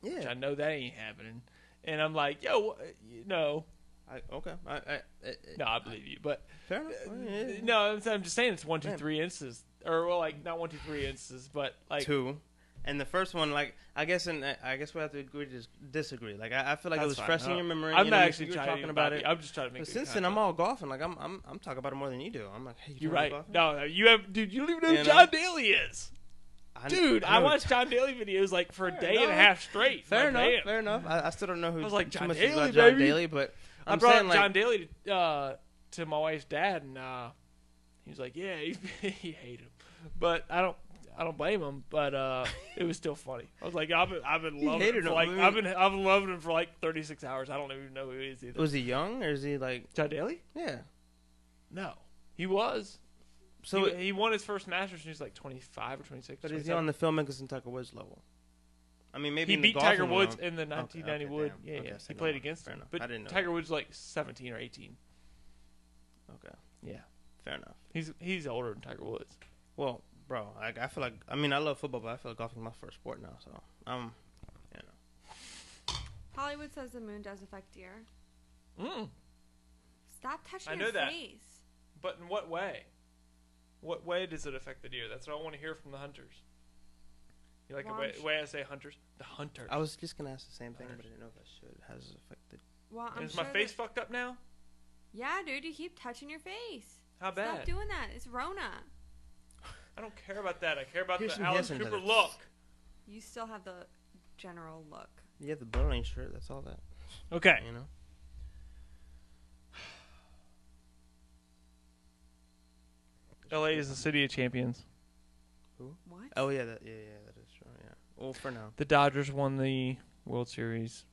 Which I
Yeah.
know that ain't happening. And I'm like, "Yo, wh- you know,
I, okay. I, I, I-
no, I believe you, but
fair enough. Yeah, yeah.
no, I'm, I'm just saying it's one, two,
Man.
three instances, or well, like not one, two, three instances, but like
two. And the first one, like I guess, and I guess we have to agree to dis- disagree. Like I, I feel like it
That's
was
fine.
fresh
Uh,
in your memory.
I'm
you know,
not
we-
actually
you were
trying
talking about it.
I'm just trying to make.
But
good
since then, I'm
content.
all golfing. Like I'm, I'm, I'm talking about it more than you do. I'm like, hey, you
You're
wanna
right.
go golfing?
No, no, you have, dude. You don't even know who
You know?
John Daly is,
I-
dude. I,
know.
watched John Daly videos like for a
Fair
day and a
enough.
half straight.
Fair
Like,
enough.
damn.
Fair enough. I, I still don't know who.
I was like,
too
John
much
Daly,
about John
baby.
Daly, but
i
I'm
brought
saying
up
like,
John Daly to, uh, to my wife's dad, and uh, he was like, "Yeah, he, he hated him," but I don't. I don't blame him, but uh, it was still funny. I was like, I've been, I've been
He
loving him
hated
for
him.
like,
I mean-
I've been, I've loved him for like 36 hours. I don't even know who he is either.
Was he young or is he like
John Daly?
yeah?
No, he was.
So,
he, he won his first Masters when he was like 25 or 26.
but is he on the Phil Mickelson Tiger Woods level? I mean, maybe
he
in the
beat
golfing
Tiger Woods
realm.
in the 1990
okay,
Wood.
damn.
Yeah,
Okay,
yeah.
so
He
no,
played against
fair
him.
enough.
But
I didn't know
Tiger Woods was like 17 or 18.
okay,
Yeah,
fair enough.
he's he's older than Tiger Woods.
Well, bro, like I feel like I mean I love football, but I feel like golfing is my first sport now. So um, you know,
Hollywood says the moon does affect deer.
Mm.
Stop touching
I know
his
that.
face.
But in what way? What way does it affect the deer? That's what I want to hear from the hunters. You like the way,
Launch.
way I say hunters? The hunters.
I was just gonna ask the same thing, but I didn't know if I should. How does it affect the?
Well, I'm
is
sure
my face
that-
fucked up now?
yeah, dude, you keep touching your face.
How
Stop
bad?
doing that. It's Rona.
I don't care about that. I care about
Here's
the
some
Alice
hints into
Cooper
this.
look.
You still have the general look.
You have the blurring shirt. That's all that
Okay.
you know.
LA is the city of champions.
What?
Oh yeah, that, yeah, yeah, that is true. Yeah. Well, for now,
The Dodgers won the World Series.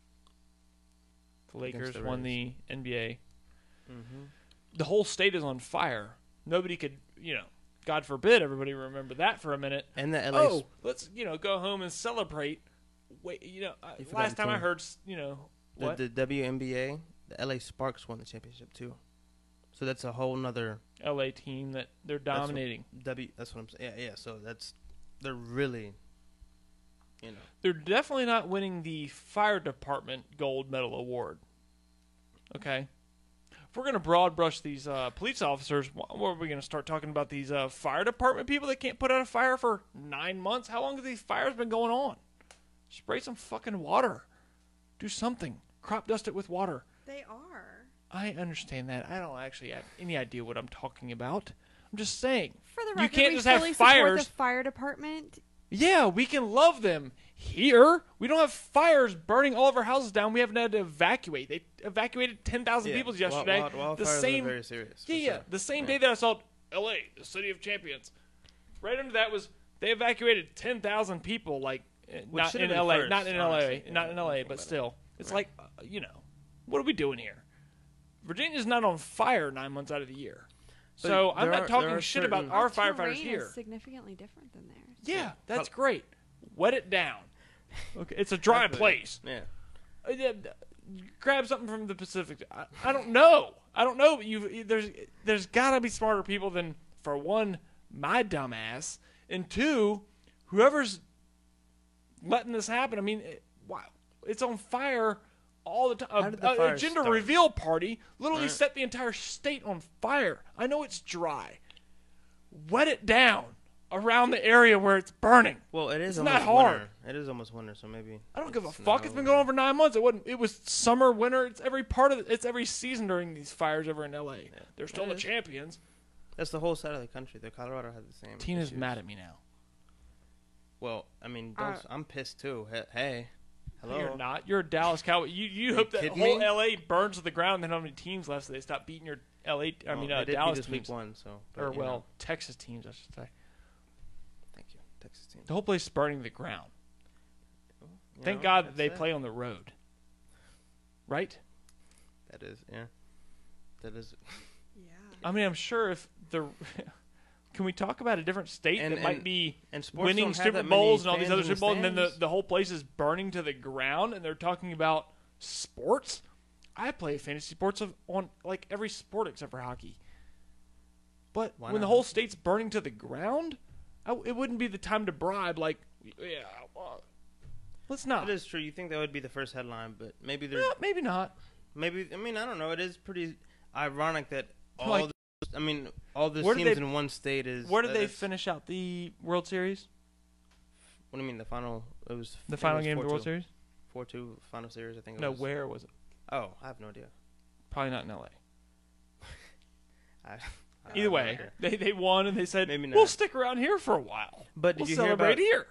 The
Against
Lakers
the
won the
Rays.
NBA.
mm-hmm.
The whole state is on fire. Nobody could, you know, God forbid everybody remember that for a minute.
and the LA.
oh, let's you know go home and celebrate. Wait, you know, I
You forgot
last
the
time I
team.
heard, s- you know,
The,
what
the WNBA, the LA Sparks won the championship too. So that's a whole nother
LA team that they're
what-
dominating.
W. That's what I'm saying. Yeah, yeah. So that's they're really, you know,
They're definitely not winning the fire department gold medal award. Okay, if we're gonna broad brush these uh, police officers, wh- what are we gonna start talking about these uh, fire department people that can't put out a fire for nine months? How long have these fires been going on? Spray some fucking water. Do something. Crop dust it with water.
They are.
I understand that. I don't actually have any idea what I'm talking about. I'm just saying.
For the record,
you can't
we
just
fully
have
support
fires.
the fire department.
yeah, we can love them here. We don't have fires burning all of our houses down. We haven't had to evacuate. They evacuated 10,000
yeah.
people
Wild-
yesterday.
wild- wildfires
the
are
same
very serious. for
Yeah, yeah.
sure.
The same
Yeah.
day that I saw LA, the city of champions. Right under that was they evacuated 10,000 people like eh,
Which
not
should
in
have been
LA,
first,
not in
honestly,
LA,
yeah,
not in LA,
think
but
about it.
still. It's like, uh, you know, what are we doing here? Virginia's not on fire 9 months out of the year.
But
So, I'm
there
not
are- there
talking
are
shit about
certain-
our
terrain
firefighters
is
here.
significantly different than theirs.
Yeah, that's
Col-
great. Wet it down. Okay, it's a dry
But-
place.
Yeah.
Uh, yeah, d- grab something from the Pacific. I, I don't know. I don't know. But you there's there's gotta be smarter people than for one my dumbass and two whoever's letting this happen. I mean, it, wow, it's on fire all the
How
time.
did the
A, a
fire
gender
start?
reveal party literally
Right.
set the entire state on fire. I know it's dry. Wet it down around the area where it's burning.
Well, it
It's
is almost
not hard.
winter. It is almost winter, so maybe.
I don't give a
it's
fuck.
not
It's been
over.
going on for nine months. It wasn't. It was summer, winter. It's every part of. It's every season during these fires over in L.A. They're still
It
the
is.
champions.
That's the whole side of the country. The Colorado had the same.
Tina's
issues.
mad at me now.
Well, I mean, don't,
Uh,
I'm pissed too. He- Hey, hello.
You're not. You're a Dallas Cowboy. You you hope that
kidding
whole
me?
L.A. burns to the ground. Then how many teams left? So they stop beating your L.A. I
Well,
mean
they
uh,
did beat
Dallas
us week
teams
one, so. but,
or
you know,
well Texas teams. I should say
thank you, Texas team.
the whole place is burning to the ground.
You
Thank
know,
God that
that's
they
it.
play on the road. Right.
That is, yeah. That is,
Yeah.
I mean, I'm sure if the can we talk about a different state
And-
that might
and-
be
and sports
winning
don't have
Super
that many
Bowls and all these
fans
other
in the
Super Bowls, and then the,
stands.
the whole place is burning to the ground, and they're talking about sports. I play fantasy sports of, on like every sport except for hockey. But
Why
when the
not?
whole state's burning to the ground, I, it wouldn't be the time to bribe. Like, yeah, well, let's not.
that is true. You think that would be the first headline, but maybe there's,
Eh, maybe not.
maybe I mean, I don't know. It is pretty ironic that all,
Like-
the, I mean, all the
Where did
teams
they-
in one state is.
Where did
that
they
is-
finish out the World Series?
What do you mean the final? It was
The final game of the World Series?
Four two final series, I think. It
No,
was.
where was it?
Oh, I have no idea.
Probably not in L.A.
I, I have
Either
no
way,
idea.
they they won and they said
Uh, Maybe
we'll
not.
stick around here for a while.
But did
we'll
you hear
celebrate
about-
here.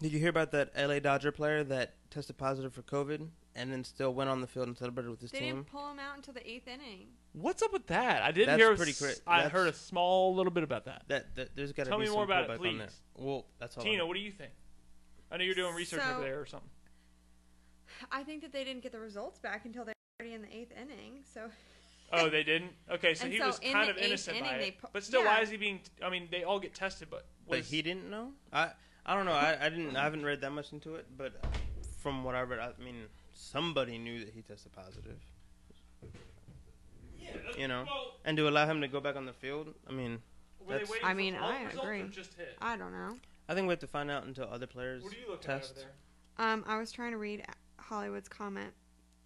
Did you hear about that LA Dodger player that tested positive for COVID and then still went on the field and celebrated with his
They
team?
didn't pull him out until the eighth inning.
What's up with that? I didn't
That's
hear.
pretty
s-
cra-
I
that's-
heard a small little bit about that.
That, that there's got to
Tell
be
me
some
more about it,
pullback on that.
please.
Well, that's all.
Tina, what do you think? I know you're doing research
So-
over there or something.
I think that they didn't get the results back until they were already in the eighth inning. So
Oh, they didn't. Okay, so
And
he
so
was
in
kind
the
of
eighth
innocent by it.
inning, they pu-
but still,
yeah.
why is he being? I mean, they all get tested, but
But
was,
he didn't know. I I don't know. I, I didn't. I haven't read that much into it. But from what I read, I mean, somebody knew that he tested positive. You know,
well-
and to allow him to go back on the field. I mean,
Were they
That's-
waiting
I
for
mean,
all
I
results or
agree.
just his?
I don't know.
I think we have to find out until other players
What are you looking
test.
at over
Um, I was trying to read Hollywood's comment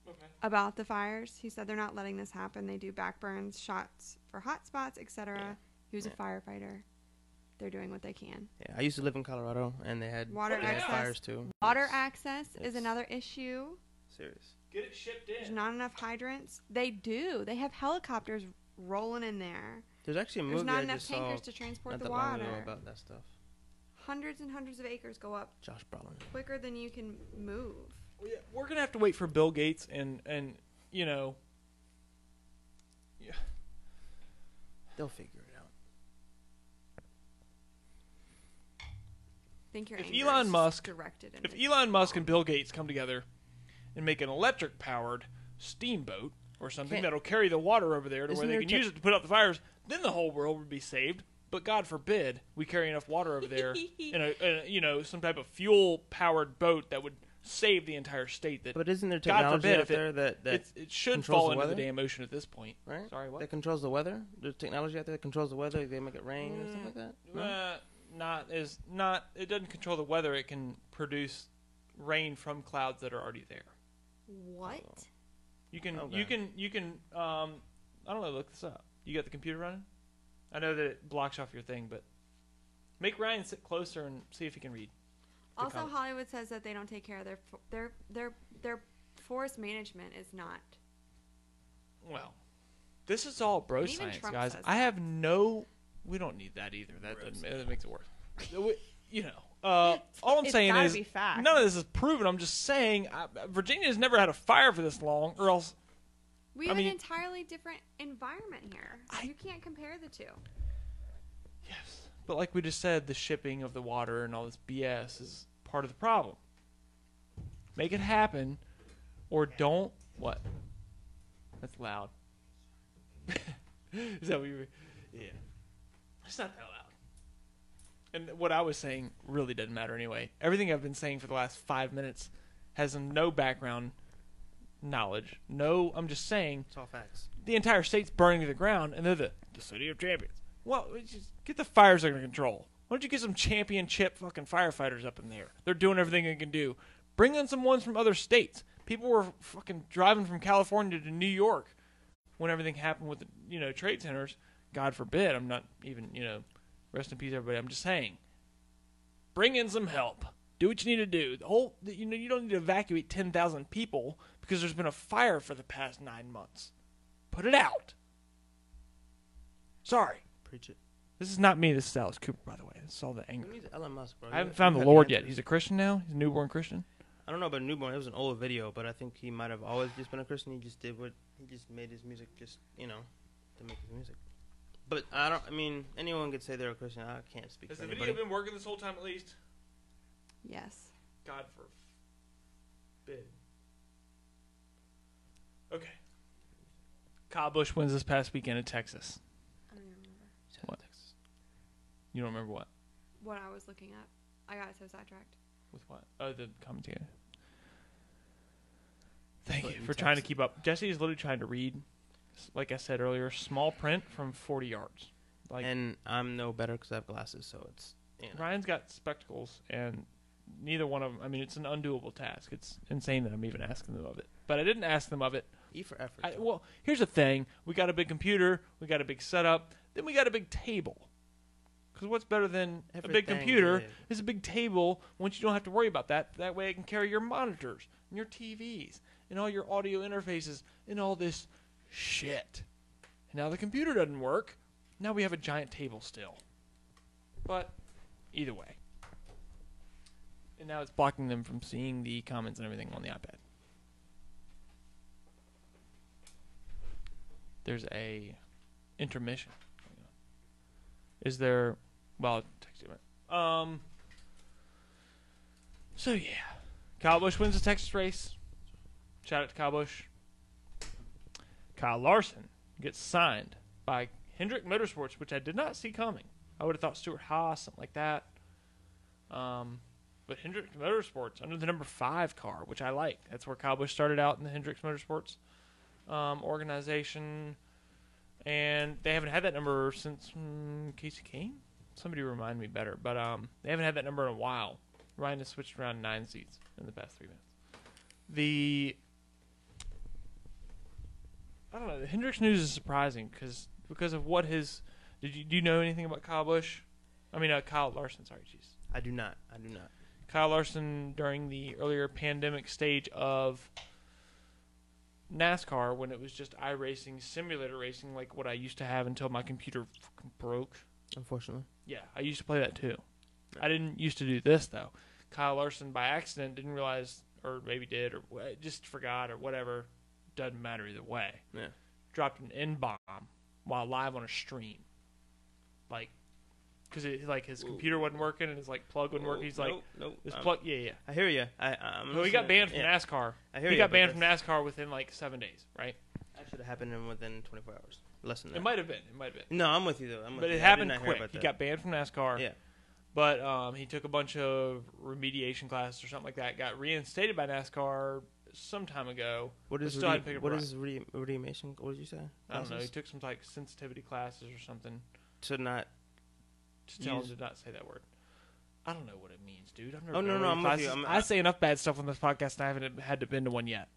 there? Okay.
about the fires. He said they're not letting this happen. They do backburns, shots for hot spots, etc. He was
Yeah.
a firefighter. They're doing what they can.
Yeah, I used to live in Colorado, and they had
Water
they had
access.
fires too.
Water
It's
access is
it's-
another issue.
Serious.
Get it shipped
There's
in.
not enough hydrants. They do. They have helicopters rolling in there.
There's actually a
There's
movie
not
I
enough
just saw
tankers to transport
not
the
that long ago
water.
about that stuff.
Hundreds and hundreds of acres go up
Josh Brolin.
quicker than you can move.
We- We're gonna have to wait for Bill Gates and and you know
They'll figure it out.
Think your
If
anger
Elon
is
Musk-
directed in
if
the-
Elon Musk and Bill Gates come together and make an electric powered steamboat or something
Can't-
that'll carry the water over there to where
Isn't
they
there
can
tech-
use it to put out the fires, then the whole world would be saved. But God forbid we carry enough water over there in a, in a you know some type of fuel powered boat that would save the entire state. That
But isn't there
God
technology
forbid
out
if it,
there that that
it's- it should
controls
fall
the
into the
weather?
damn ocean at this point.
right?
Sorry, what?
That controls the weather. There's technology out there that controls the weather. They make it rain and stuff like that. No?
Uh, not is not. It doesn't control the weather. It can produce rain from clouds that are already there. Oh,
what?
You can
Okay.
you can you can um I don't know, look this up. You got the computer running? I know that it blocks off your thing, but make Ryan sit closer and see if he can read. the
Also,
comment.
Hollywood says that they don't take care of their fo- their their their forest management is not.
Well, this is all bro
And even
science,
Trump
guys.
says
I have no we don't need that either. That doesn't that makes it worse. We- you know, uh, all I'm
it's
saying
gotta
is
be fact.
none of this is proven. I'm just saying I, Virginia's never had a fire for this long, or else
We
I
have
mean-
an entirely different environment here. you can't compare the two.
Yes. But like we just said, the shipping of the water and all this BS is part of the problem. Make it happen or don't what? That's loud. is that what you were Yeah. It's not that loud. And what I was saying really doesn't matter anyway. Everything I've been saying for the last five minutes has no background knowledge. No I'm just saying
It's all facts.
the entire state's burning to the ground, and they're the, the city of champions. Well, it's just get the fires under control. Why don't you get some championship fucking firefighters up in there? They're doing everything they can do. Bring in some ones from other states. People were fucking driving from California to New York when everything happened with the, you know trade centers. God forbid. I'm not even you know. Rest in peace, everybody. I'm just saying. Bring in some help. Do what you need to do. The whole you know you don't need to evacuate ten thousand people because there's been a fire for the past nine months put it out. Sorry.
Preach it.
This is not me. This is Alice Cooper, by the way. This is all the anger.
We need the Elon Musk, bro.
I
You-
haven't found
you
the
have
Lord yet.
answers.
He's a Christian now. He's a newborn Christian.
I don't know about newborn. It was an old video, but I think he might have always just been a Christian. He just did what he just made his music. Just you know, to make his music. But I don't. I mean, anyone could say they're a Christian. I can't speak for anybody.
been working this whole time at least?
Yes.
God forbid. Okay. Kyle Bush wins this past weekend in Texas. What? You don't remember what?
What I was looking up, I got so sidetracked.
With what? Oh, the commentator. Thank
But
you
in
for trying to
Texas.
keep up. Jesse is literally trying to read, s- like I said earlier, small print from 40 yards. Like
and I'm no better because I have glasses, so it's you know.
Ryan's got spectacles, and neither one of them. I mean, it's an undoable task. It's insane that I'm even asking them of it. But I didn't ask them of it.
E for effort.
I,
though.
well, here's the thing: we got a big computer, we got a big setup, then we got a big table. Because what's better than a big
Everything,
computer
yeah.
is a big table. Once you don't have to worry about that, that way I can carry your monitors and your TVs and all your audio interfaces and all this shit. And now the computer doesn't work. Now we have a giant table still. But either way, And now it's blocking them from seeing the comments and everything on the iPad. There's a intermission. Is there? Well, I'll text you. a minute. Um. So yeah, Kyle Busch wins the Texas race. Shout out to Kyle Busch. Kyle Larson gets signed by Hendrick Motorsports, which I did not see coming. I would have thought Stuart Haas, something like that. Um, but Hendrick Motorsports under the number five car, which I like. That's where Kyle Busch started out in the Hendrick Motorsports um, organization, and they haven't had that number since mm, Casey Kane. Somebody remind me better, but um, they haven't had that number in a while. Ryan has switched around nine seats in the past three minutes. The I don't know. The Hendricks news is surprising because because of what his did you do you know anything about Kyle Busch? I mean uh, Kyle Larson. Sorry, jeez.
I do not. I do not.
Kyle Larson during the earlier pandemic stage of NASCAR when it was just iRacing, simulator racing, like what I used to have until my computer fucking broke.
Unfortunately,
Yeah, I used to play that too. I didn't used to do this though. Kyle Larson by accident didn't realize, or maybe did, or wha- just forgot, or whatever. Doesn't matter either way.
Yeah.
Dropped an N bomb while live on a stream, like, because like his computer wasn't working and his like plug wasn't working. He's like,
nope, nope.
this
um,
plug, yeah, yeah.
I hear you. I, I'm
So he got
listening.
banned from
Yeah.
NASCAR.
I hear
he
you,
got
but
banned from NASCAR within like seven days, right?
That should have happened in within 24 hours. Less than that.
It might have been. It might have been.
no, I'm with you though. I'm with
But it
you. I did
happened
not hear
quick.
about
He
that.
got banned from NASCAR.
Yeah.
But um, he took a bunch of remediation classes or something like that. Got reinstated by NASCAR some time ago.
What
but
is
still
re-
had to pick up
what
a ride.
is re- remation? What did you say?
I don't know. He
Classes?
took some like sensitivity classes or something
To not.
to tell
Use-
him to not say that word. I don't know what it means, dude. I've never
Oh,
been
no,
to any
no, I'm with you.
classes.
I'm-
I say enough bad stuff on this podcast, and I haven't had to been to one yet.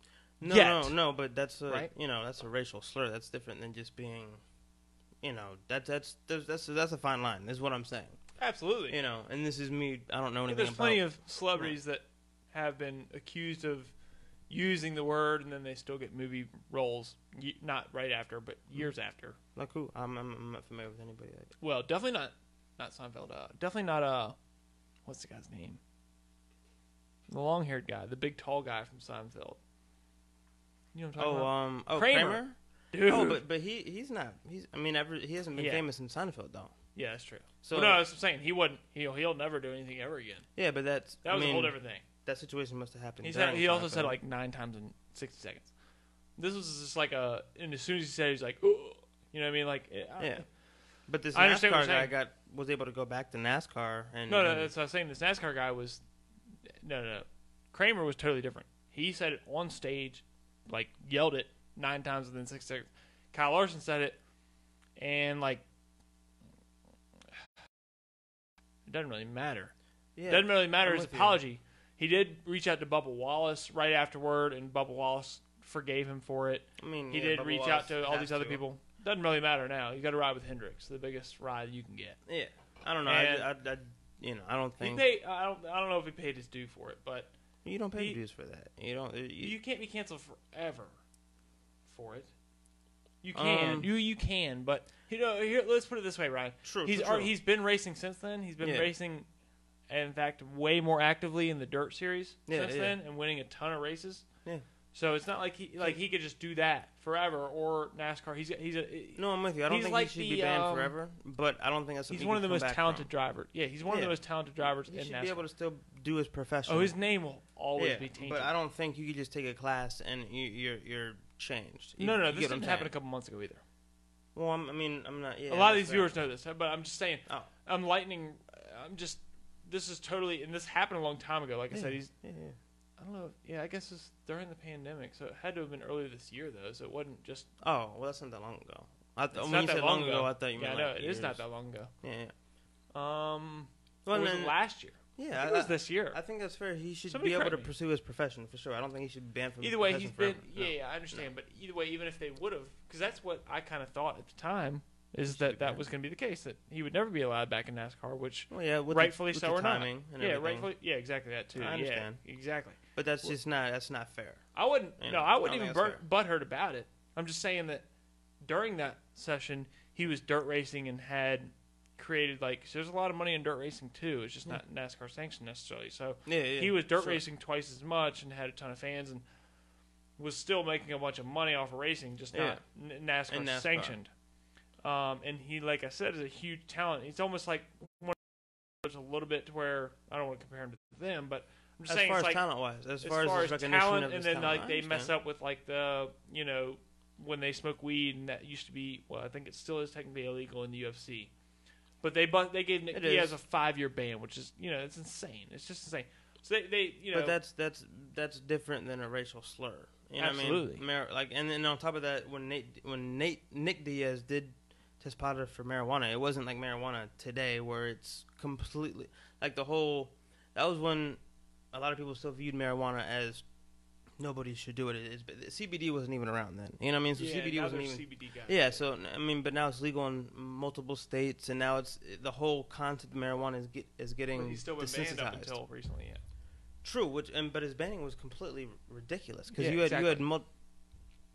No,
Yet.
no, no. But that's a
Right?
you know that's a racial slur. That's different than just being, you know that that's that's that's, that's a fine line. Is what I'm saying.
Absolutely.
You know, and this is me. I don't know
But
anything
there's
about.
plenty of celebrities that have been accused of using the word, and then they still get movie roles. y- Not right after, but
Mm-hmm.
years after.
like who? I'm, I'm I'm not familiar with anybody. Like,
Well, definitely not not Seinfeld. Uh, definitely not uh, what's the guy's name? The long haired guy, the big tall guy from Seinfeld. You know what I'm talking
oh,
about?
um, oh
Kramer.
Kramer.
Dude.
Oh, but but he he's not. He's I mean, ever, he hasn't been
Yeah.
famous in Seinfeld though.
yeah, that's true. So
So-
no, that's what I'm saying. He wouldn't. He'll he'll never do anything ever again.
Yeah, but that's
That
I
was a whole
mean,
different thing.
That situation must have happened.
He said
during
he also
Seinfeld.
said like nine times in sixty seconds. This was just like a, and as soon as he said, it, he's like, Ooh. you know what I mean? Like, eh, I-
Yeah. But this
I understand what
NASCAR
you're
guy
saying.
got was able to go back to NASCAR and
No, no, that's what I was saying. This NASCAR guy was, no, no, no. Kramer was totally different. He said it on stage, like yelled it nine times within six seconds. Kyle Larson said it, and like, it doesn't really matter.
yeah.
Doesn't really matter
I'm
his
with you.
apology. He did reach out to Bubba Wallace right afterward, and Bubba Wallace forgave him for it.
I mean,
He
yeah,
did
Bubba
reach
Wallace
out to all
has
these other
to.
people. Doesn't really matter now. You got to ride with Hendricks, the biggest ride you can get.
Yeah, I don't know.
And-
I, I, I, you know, I don't
He
think
paid, I don't, I don't know if he paid his due for it, but
you don't pay
he-
dues for that. You don't. You,
you can't be canceled forever for it. You can,
Um,
you you can, but you know, here, let's put it this way, Ryan.
True,
he's
true,
al-
true.
he's been racing since then. He's been
Yeah.
racing, in fact, way more actively in the dirt series
Yeah,
since
yeah.
then, and winning a ton of races.
Yeah.
So it's not like he like he could just do that forever or NASCAR. He's he's a
no, I'm with you. I don't
he's
think
like
he should
the,
be banned
um,
forever. But I don't think that's something
he's
you
one of
can
the
come
most
back
talented
From.
drivers. Yeah, he's one of
Yeah.
the most talented drivers
He
in
should be
NASCAR.
able to still do his profession.
Oh, his name will always
yeah,
be tainted.
But I don't think you could just take a class and you, you're you're changed. You,
no, no,
you
this
get what I'm
didn't happen a
saying?
couple months ago either.
Well, I'm, I mean, I'm not.
a
Yeah,
lot of
that's
these
fair.
viewers know this, but I'm just saying.
Oh.
I'm lightning. I'm just. This is totally, and this happened a long time ago. Like I said, he's.
Yeah, yeah.
I don't know. Yeah, I guess it's during the pandemic, so it had to have been earlier this year though. So it wasn't just.
Oh, well, that's not that long ago. I th-
It's
Oh, when
not
you
that
said
long ago.
I thought you
yeah,
meant
no,
like
it is not
years.
that long ago.
Yeah, yeah.
Um,
Well,
or was
then-
it last year? I
Yeah,
think it was this year.
I think that's fair. He should
Somebody
be able
correct
to
me.
pursue his profession for sure. I don't think he should be banned from
either
the
way, he's
profession
been.
forever.
Yeah,
No.
yeah, I understand, but either way, even if they would have, because that's what I kind of thought at the time, is
should be
that that
banned.
was going to be the case that he would never be allowed back in NASCAR, which.
Well, yeah, with the-
rightfully
with
so
the
or not.
timing and
yeah,
everything.
rightfully. Yeah, exactly that too.
I understand.
Yeah, exactly.
But that's just not that's not fair.
I wouldn't.
You
no,
know,
I wouldn't
I
even
don't
bur-
think
butthurt about it. I'm just saying that during that session, he was dirt racing and had created like so there's a lot of money in dirt racing too. It's just not NASCAR sanctioned necessarily. So
Yeah, yeah,
he was dirt
sure.
racing twice as much and had a ton of fans and was still making a bunch of money off of racing, just not n- NASCAR,
And NASCAR.
sanctioned. Um, and he, like I said, is a huge talent. He's almost like one of those a little bit to where I don't want to compare him to them, but I'm just
As
saying
far
it's
as
like
talent wise,
as
as, far as, his recognition
talent,
of
and
his
then
talent,
like
I
they mess
understand.
up with like the you know when they smoke weed, and that used to be well, I think it still is technically illegal in the UFC. But they but they gave Nick
It
Diaz
is.
a five year ban, which is you know it's insane. It's just insane. So they, they you know
But that's that's that's different than a racial slur. You know What I
Absolutely.
mean? Mar- like, and then on top of that, when Nate when Nate Nick Diaz did test positive for marijuana, it wasn't like marijuana today where it's completely like the whole. That was when a lot of people still viewed marijuana as nobody should do it. It's, but CBD wasn't even around then. You know what I mean? So
yeah,
CBD
now
wasn't
they're
even.
CBD guys.
Yeah, so I mean, but now it's legal in multiple states, and now it's the whole concept of marijuana is get, is
But
getting
he's still been banned up
desensitized.
until recently. Yeah,
True, which and but his banning was completely r- ridiculous because
Yeah,
you had you had
exactly.
mul-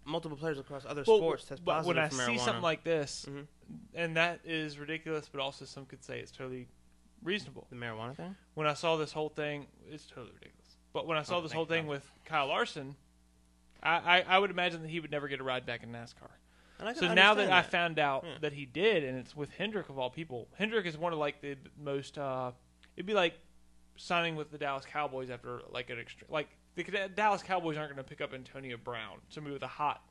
multiple players across other sports test
but
positive
when I
for
see
marijuana.
something like this,
Mhm.
and that is ridiculous, but also some could say it's totally reasonable.
the marijuana thing,
when I saw this whole thing, it's totally ridiculous. But when I saw
Oh,
this
thank
whole thing
God.
with Kyle Larson, I, I, I would imagine that he would never get a ride back in NASCAR.
and I can
So now that,
understand Hmm.
I found out
Yeah.
that he did, and it's with Hendrick of all people, Hendrick is one of like the most. Uh, it'd be like signing with the Dallas Cowboys after like an extreme. Like the C- Dallas Cowboys aren't going to pick up Antonio Brown, somebody with a hot,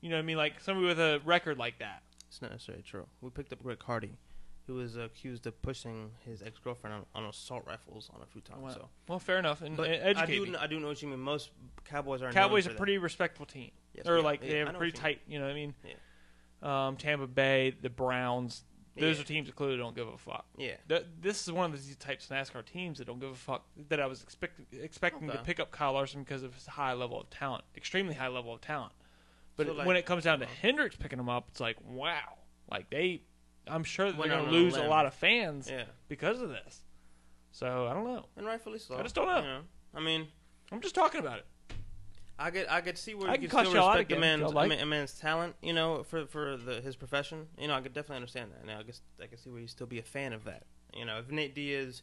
you know what I mean, like somebody with a record like that.
it's not necessarily true. We picked up Rick Hardy, who was accused of pushing his ex girlfriend on, on assault rifles on a futon.
Well,
So,
well, fair enough. And,
but
and
I
educate
do
me.
kn- I do know what you mean. Most Cowboys are known
Cowboys
for
are
that.
pretty respectful team.
Yes,
or
yeah,
like
yeah,
they
I
have
know
pretty
what you mean.
tight. You know what I mean? Um, Tampa Bay, the Browns. Those
Yeah.
are teams that clearly don't give a fuck.
Yeah,
Th- This is one of these types of NASCAR teams that don't give a fuck. That I was expect- expecting to
Okay.
pick up Kyle Larson because of his high level of talent, extremely high level of talent. But
So,
it-
like- uh-huh.
when it comes down to Hendricks picking him up, it's like wow, like they, I'm sure that they're
Went
going
out
to
on a
lose a
limb.
lot of fans
yeah,
because of this. So I don't know.
and rightfully so.
I just don't know.
You I mean,
I'm just talking about it.
I could I could see where
I
you
can
could
cuss
still
y'all out
respect a
again if
man's
y'all like.
a ma- a man's talent, you know, for for the, his profession. You know, I could definitely understand that. And I guess I could see where you still be a fan of that. You know, if Nate Diaz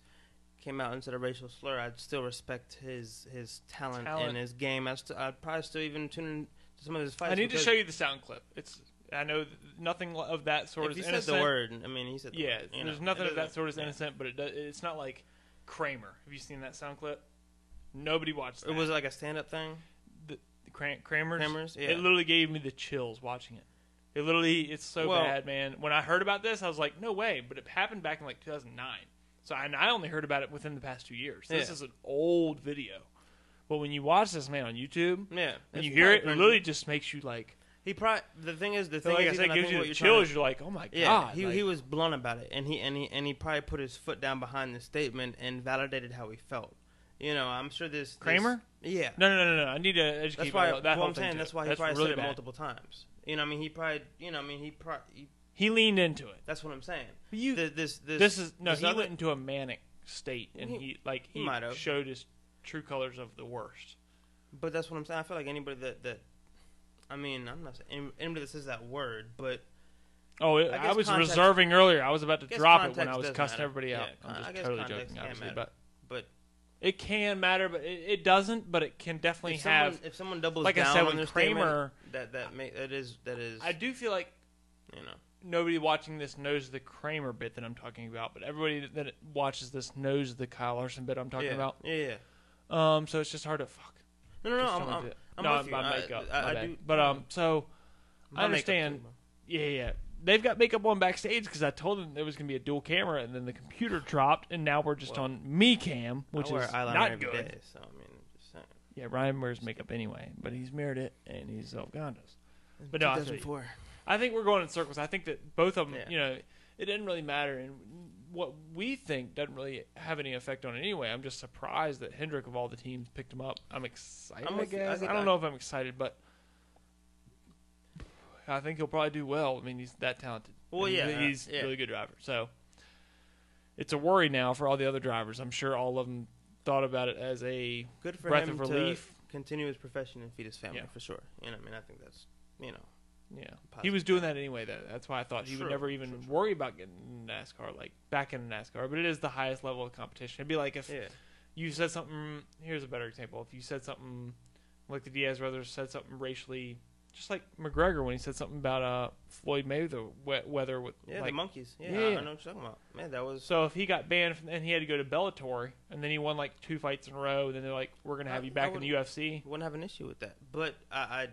came out and said a racial slur, I'd still respect his his talent,
Talent.
and his game. I'd, st- I'd probably still even tune in to some of his fights.
I need to
because
show you the sound clip. It's I know th- nothing of that sort
If
is
he said
innocent.
the word, I mean, he said the
Yeah,
word, you
there's
know,
nothing
it
of that
doesn't-
sort is
yeah.
innocent, but it does, it's not like Kramer. Have you seen that sound clip? Nobody watched. That.
It was like a stand up thing.
the, the Kra- Kramer's.
Kramer's, yeah.
It literally gave me the chills watching it. It literally, it's so
Well-
bad, man. When I heard about this, I was like, no way. But it happened back in like 2009. So and I only heard about it within the past two years. So This
Yeah.
is an old video, but when you watch this man on YouTube,
Yeah,
when
it's
you hear it, it
probably-
literally just makes you like.
He probably the thing is the
So
thing
like
is
I said,
Ethan,
it gives
think
you
what
the
you're trying
chills.
to-
You're like, oh my
Yeah,
god.
he
like-
he was blunt about it, and he and he and he probably put his foot down behind the statement and validated how he felt. You know, I'm sure this this-
Kramer?
yeah,
No, no, no, no, no. I need to educate
that's
you
why.
about that
well,
whole
I'm
thing
saying
too.
that's why he probably
really
said it
bad.
multiple times. You know, I mean, he probably. You know, I mean, he probably. He,
He leaned into it.
that's what I'm saying.
You-
Th- this this
This is no.
this
He
other-
went into a manic state, and
He-
he, like
he
he
might have.
showed his true colors of the worst.
But that's what I'm saying. I feel like anybody that that. I mean, I'm not saying anybody that says that word, but
Oh, it,
I
I,
guess
was
context-
reserving earlier. I was about to
guess
drop it when
context
I was
does
cussing
matter.
everybody out.
Yeah,
I'm
I
just
guess
totally
context
joking,
can
obviously,
matter.
but
but
it can matter. But it, it doesn't. But it can definitely
if someone,
have.
if someone doubles
like I
down
said,
on
when
their
Kramer-
statement, that that may, that is that is
I do feel like
you know
nobody watching this knows the Kramer bit that I'm talking about, but everybody that watches this knows the Kyle Larson bit I'm talking
yeah,
about.
yeah yeah.
Um, so it's just hard to fuck.
No, no, no.
Just
I'm,
don't
I'm,
do it.
I'm
no,
with you.
my
I-
makeup.
I-
my
I
bad.
do-
but um, so
My
I
makeup
understand.
too, bro.
yeah, yeah. They've got makeup on backstage because I told them there was going to be a dual camera, and then the computer dropped, and now we're just
Well,
on me cam, which
I wear
is
eyeliner
not
every
good.
day, so I mean, I'm just saying.
Yeah, Ryan wears makeup anyway, but he's mirrored it and he's self conscious. But no, I feel you. I think we're going in circles. I think that both of them,
Yeah.
you know, it didn't really matter, and what we think doesn't really have any effect on it anyway. I'm just surprised that Hendrick of all the teams picked him up. I'm excited.
I'm
i
with you. I
guess I,
think
don't
I-
know if I'm excited, but I think he'll probably do well. I mean, he's that talented.
Well,
And
yeah,
he's
yeah.
a really good driver. So it's a worry now for all the other drivers. I'm sure all of them thought about it as a
Good for
breath
him
of relief.
to continue his profession and feed his family
Yeah.
for sure. You know, I mean, I think that's you know,
Yeah, he was doing that anyway. Though that's why I thought he
True,
would never even
true, true.
worry about getting NASCAR like back in NASCAR. But it is the highest level of competition. It'd be like if
Yeah.
you said something. Here's a better example. If you said something like the Diaz brothers said something racially, just like McGregor when he said something about uh Floyd Mayweather we- weather with
Yeah, the
like.
monkeys. Yeah,
Yeah.
I, I know what you're talking about. Man, that was.
so if he got banned from, and he had to go to Bellator, and then he won like two fights in a row, and then they're like, "We're gonna have
I-
you
I
back in
would-
the UFC."
I wouldn't have an issue with that. But I, I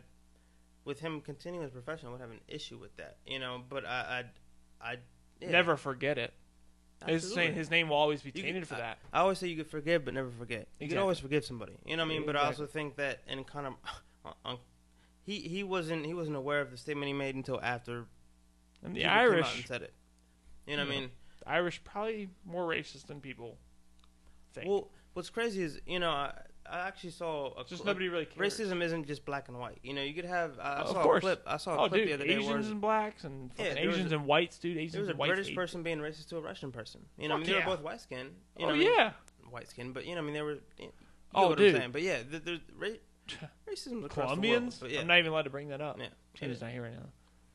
with him continuing his profession, I would have an issue with that. You know, but I, I, I yeah,
Never forget it. It's
absolutely.
saying his name will always be
You
tainted
could-
for that.
I always say you could forgive, but never forget. You can
Exactly.
always forgive somebody. You know what I mean? But I
Exactly.
also think that, and kind of, on, on, he he wasn't he wasn't aware of the statement he made until after
And the
people came out
Irish,
and said it. You know what I
Yeah.
mean?
the Irish probably more racist than people think.
Well, what's crazy is you know I, I actually saw a
just
clip-
nobody really cares.
Racism isn't just black and white. You know, you could have. I I
Of
saw a
course.
clip. I saw a
oh,
clip
dude,
the other day where
Asians and blacks and
Yeah,
fucking
there was
Asians
a-
and whites, dude.
There
Asians
was a
and whites.
British
hate-
person being racist to a Russian person. You know, I
Fuck
mean, they
yeah.
were both white skinned. You know
oh
what I mean?
yeah,
White skinned, but you know, I mean, they were. You know
Oh,
what
dude.
I'm saying? But yeah, the, the, ra- racism across
Colombians.
The world, but yeah.
I'm not even allowed to bring that up.
yeah.
Tim's not here right now.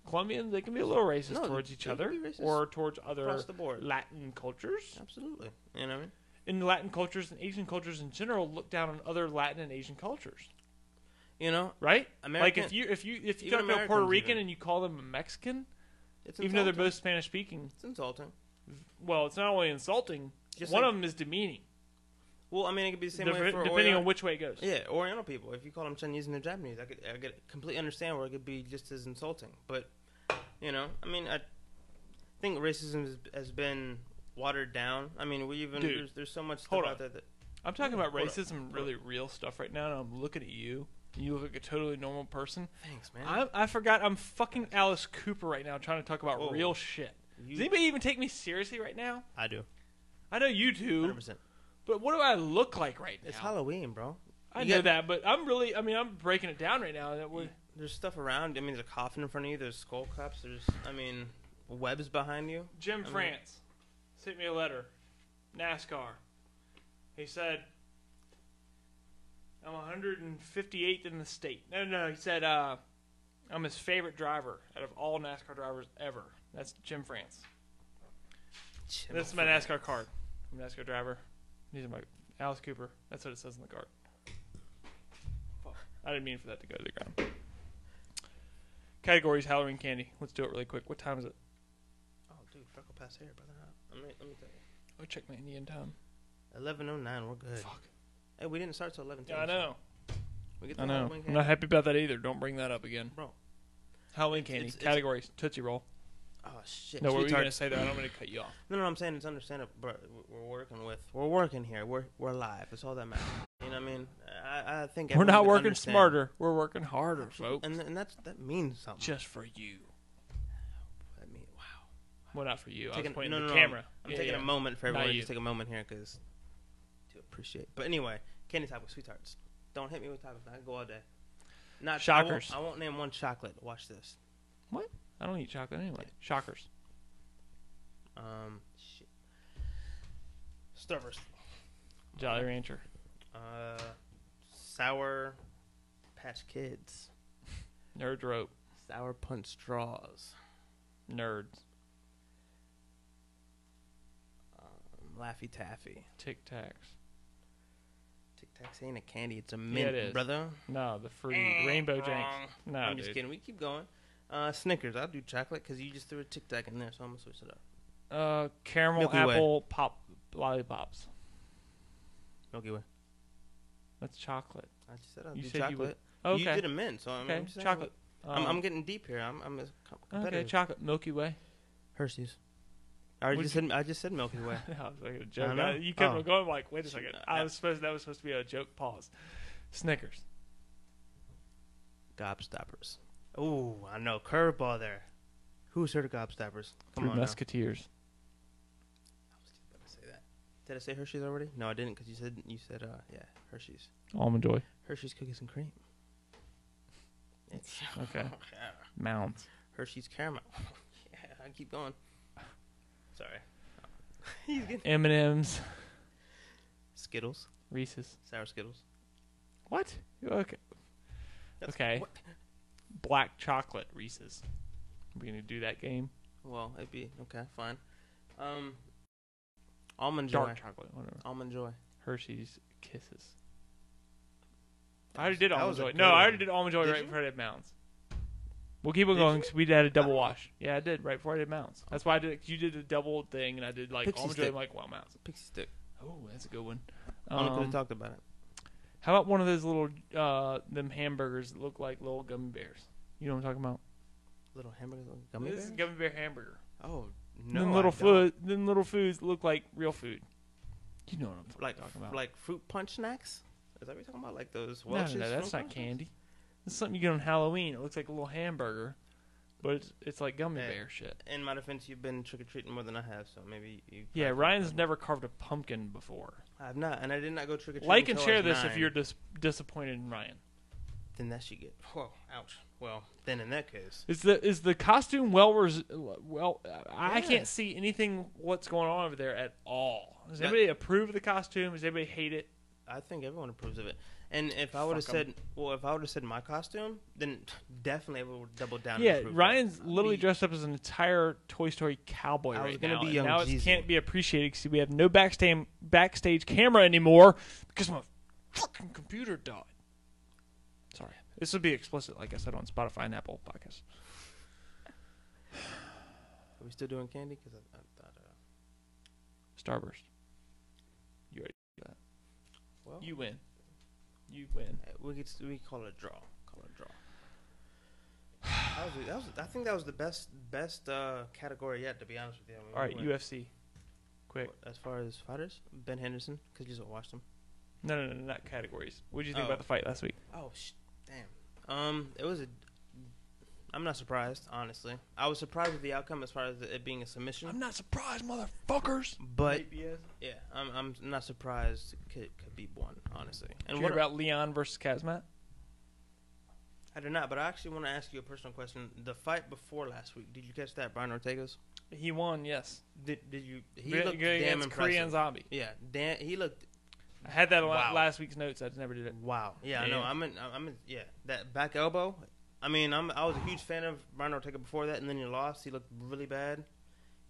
Colombians, they can be a little racist
No,
towards each
they can
other
be racist
or towards other
Across the board.
Latin cultures.
Absolutely. You know what I mean?
And Latin cultures and Asian cultures in general look down on other Latin and Asian cultures,
You know,
right?
American-
like if you if you if you
even
talk to a Puerto
Americans
Rican
even.
and you call them a Mexican,
it's insulting.
even though they're both Spanish speaking,
It's insulting.
well, it's not only insulting.
Just
one
like-
of them is demeaning,
Well, I mean, it could be the same
dep-
way for
depending
Oriental-
on which way it goes.
Yeah, Oriental people. If you call them Chinese and they're Japanese, I could I could completely understand where it could be just as insulting. But you know, I mean, I think racism has, has been watered down. I mean, we even
Dude,
there's, there's so much stuff
hold
out
on.
there that
I'm talking about
Hold on,
racism, and really real stuff right now, and I'm looking at you. and You look like a totally normal person.
thanks, man.
I, I forgot I'm fucking Alice Cooper right now, trying to talk about
Whoa.
real shit.
You-
Does anybody even take me seriously right now?
I do.
I know you do,
100%.
but what do I look like right now?
It's Halloween, bro.
I
You
know
got-
that, but I'm really, I mean, I'm breaking it down right now. That would
There's stuff around. I mean, there's a coffin in front of you. There's skull cups. There's, I mean, webs behind you.
Jim
mean-
France sent me a letter. NASCAR. He said, I'm 158th in the state. No, no, he said, uh, I'm his favorite driver out of all NASCAR drivers ever. That's Jim France.
Jim
This is my NASCAR card. I'm a NASCAR driver. These are my Alice Cooper. That's what it says on the card. Fuck. I didn't mean for that to go to the ground. Categories Halloween candy. Let's do it really quick. What time is it?
Oh, dude, freckle pass here, brother. Let me, let me tell you.
Oh, check my Indian time.
Eleven oh nine. We're good.
Fuck.
Hey, we didn't start till eleven.
Yeah, I know.
We get the
I know.
Halloween
I'm not
candy.
happy about that either. Don't bring that up again.
Bro.
Halloween candy
it's- it's-
categories Tootsie Roll.
Oh shit.
No, what were you
sweetheart.
gonna say there? I don't want to cut you off.
No, no, I'm saying it's understandable. But we're working with. We're working here. We're we're live. It's all that matters. You know what I mean? I, I think
We're
everyone
not
can
working
understand.
smarter. We're working harder, folks.
And and that's that means something.
Just for you.
I mean, wow.
Well, not for you. I
Taking-
was pointing
no,
at
no,
the
no,
camera.
I'm
Yeah,
taking
yeah.
a moment for
Not
everyone to
you.
just take a moment here because to appreciate. But anyway, candy top with sweethearts. Don't hit me with topics. I can go all day. Not I won't-
Shockers.
I won't, name one chocolate. Watch this.
What? I don't eat chocolate anyway. Shockers.
Um, shit. Starburst.
Jolly Rancher.
Uh, sour Patch Kids.
Nerd rope.
Sour Punch straws.
Nerds.
Um, Laffy Taffy.
Tic Tacs.
Tic Tacs ain't a candy. It's a mint,
is.
brother.
No, the fruity rainbow janks. No,
Eh, I'm
dude.
just kidding. We keep going. Uh, Snickers. I'll do chocolate because you just threw a Tic Tac in there, so I'm gonna switch it up.
Uh, caramel
Milky Way.
apple pop lollipops.
Milky Way.
That's chocolate.
I just said I'll
You
do
said you
chocolate.
would- Oh, Okay.
You did a mint, so I'm,
okay.
I'm just saying-
chocolate.
I'm,
Um,
I'm getting deep here. I'm, I'm a com- competitive.
okay. Chocolate Milky Way.
Hershey's. I already
Would
just said I just said Milky Way.
I was like a joke.
know.
I- you kept
Oh.
on going. I'm like, wait a second.
Uh,
I
yeah.
was supposed that was supposed to be a joke. Pause. Snickers.
Gobstoppers. Ooh, I know curveball there. Who's heard of Gobstoppers? Come
Three
on. now.
Musketeers.
I was just about to say that. Did I say Hershey's already? No, I didn't because you said you said uh yeah Hershey's.
Almond Joy.
Hershey's cookies and cream. It's
Okay. Mounds.
Hershey's caramel. yeah, I keep going. Sorry. He's getting
M and M's.
Skittles,
Reese's.
sour Skittles.
What? Okay.
That's-
okay.
what?
black chocolate Reese's. We're gonna do that game.
Well, it'd be okay, fine. Um, almond joy.
Dark chocolate, whatever.
Almond joy.
Hershey's Kisses. I already did
That
almond
was a
joy.
good
No, I
one.
already did almond joy
Did
right
you?
before I did mounds. We'll keep it
Did
going
you?
because we had a double wash. Yeah, I did right before I did mounts. That's why I did. You did a double thing, and I did like
Pixie
almond joy.
stick.
I'm like, wow, mounts.
Pixie stick.
Oh, that's a good one.
I don't know if we
Um,
talked about it.
how about one of those little uh them hamburgers that look like little gummy bears? You know what I'm talking about?
Little hamburger, little gummy
this is
bear?
gummy bear hamburger.
oh
And
no!
then
I
little
don't.
food, then little foods look like real food. You know what I'm
like
talking about?
like fruit punch snacks. Is that what you're talking about? Like those
no,
Welch's
no, that's
fruit
not
punch snacks?
candy. It's something you get on Halloween. It looks like a little hamburger, but it's it's like gummy
Yeah.
bear shit.
In my defense, you've been trick or treating more than I have, so maybe you.
Yeah, Ryan's never carved a pumpkin before.
I've not, and I did not go trick or treating.
Like and share this if you're dis- disappointed in Ryan.
Then that should get. Whoa! Ouch. Well, then in that case,
Is the is the costume well res- well? I I
Yeah.
can't see anything what's going on over there at all. Does
That-
anybody approve of the costume? Does anybody hate it?
I think everyone approves of it. And if I would have
Fuck 'em.
said, well, if I would have said my costume, then definitely I would double down. and
Yeah,
approve of it.
Ryan's
I'd
literally
be-
dressed up as an entire Toy Story cowboy
I was
right
gonna
now.
be
and
young
now it
Jeezy.
can't be appreciated because we have no backstage backstage camera anymore because my fucking computer died. Sorry, this would be explicit, like I said on Spotify and Apple Podcasts.
Are we still doing candy? Because I, I thought. Uh,
Starburst. You already did that.
well,
You win. You win.
uh, we could s- we could call it a draw. Call it a draw. That was, that was, I think that was the best best uh, category yet, to be honest with you. I mean,
All right,
we
UFC. Quick.
went- as far as fighters, Ben Henderson, because you just watched him.
No, no, no, not categories. What did you think
Oh.
about the fight last week?
Oh, sh- damn. Um, it was a. I'm not surprised, honestly. I was surprised with the outcome as far as it being a submission,
not surprised, motherfuckers.
but
Nate Diaz.
yeah, I'm, I'm not surprised K- Khabib won, honestly.
Did
And
you
what
hear about Leon versus Kazmat?
I did not, but I actually want to ask you a personal question. The fight before last week, did you catch that Brian Ortega's?
He won, yes.
Did did you? He
Gra-
looked
against
damn impressive.
Korean Zombie.
Yeah, Dan. He looked
I had that on la-
Wow.
last week's notes. I just never did it.
wow. Yeah, I know.
Yeah.
I'm in. I'm in. Yeah, that back elbow. I mean, I'm. I was a huge fan of Brian Ortega before that, and then he lost. He looked really bad.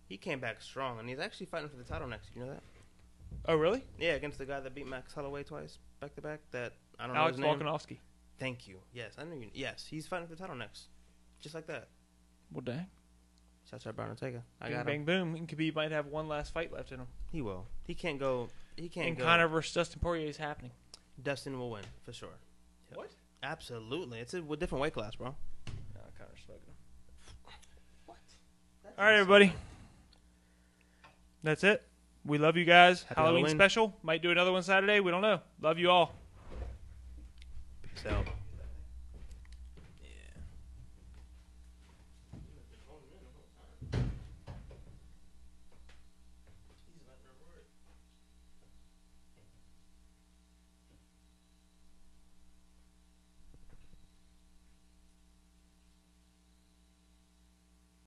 He came back strong, and he's actually fighting for the title next. You know that?
Oh, really?
Yeah, against the guy that beat Max Holloway twice back to back. That I don't
Alex
know his name.
Volkanovski.
Thank you. Yes, I knew you. Yes, he's fighting for the title next, just like that.
Well, dang.
Shout out Brian Ortega. I
Bing,
got him.
bang, boom. And Khabib might have one last fight left in him.
He will. He can't go. He can't
and
go.
Conor versus Dustin Poirier is happening.
Dustin will win for sure. Yep.
What?
Absolutely. It's a w- different weight class, bro.
No, Conor's smoking him.
All right, everybody. That's it. We love you guys.
Happy
Halloween
Halloween.
special. Might do another one Saturday. We don't know. Love you all.
So.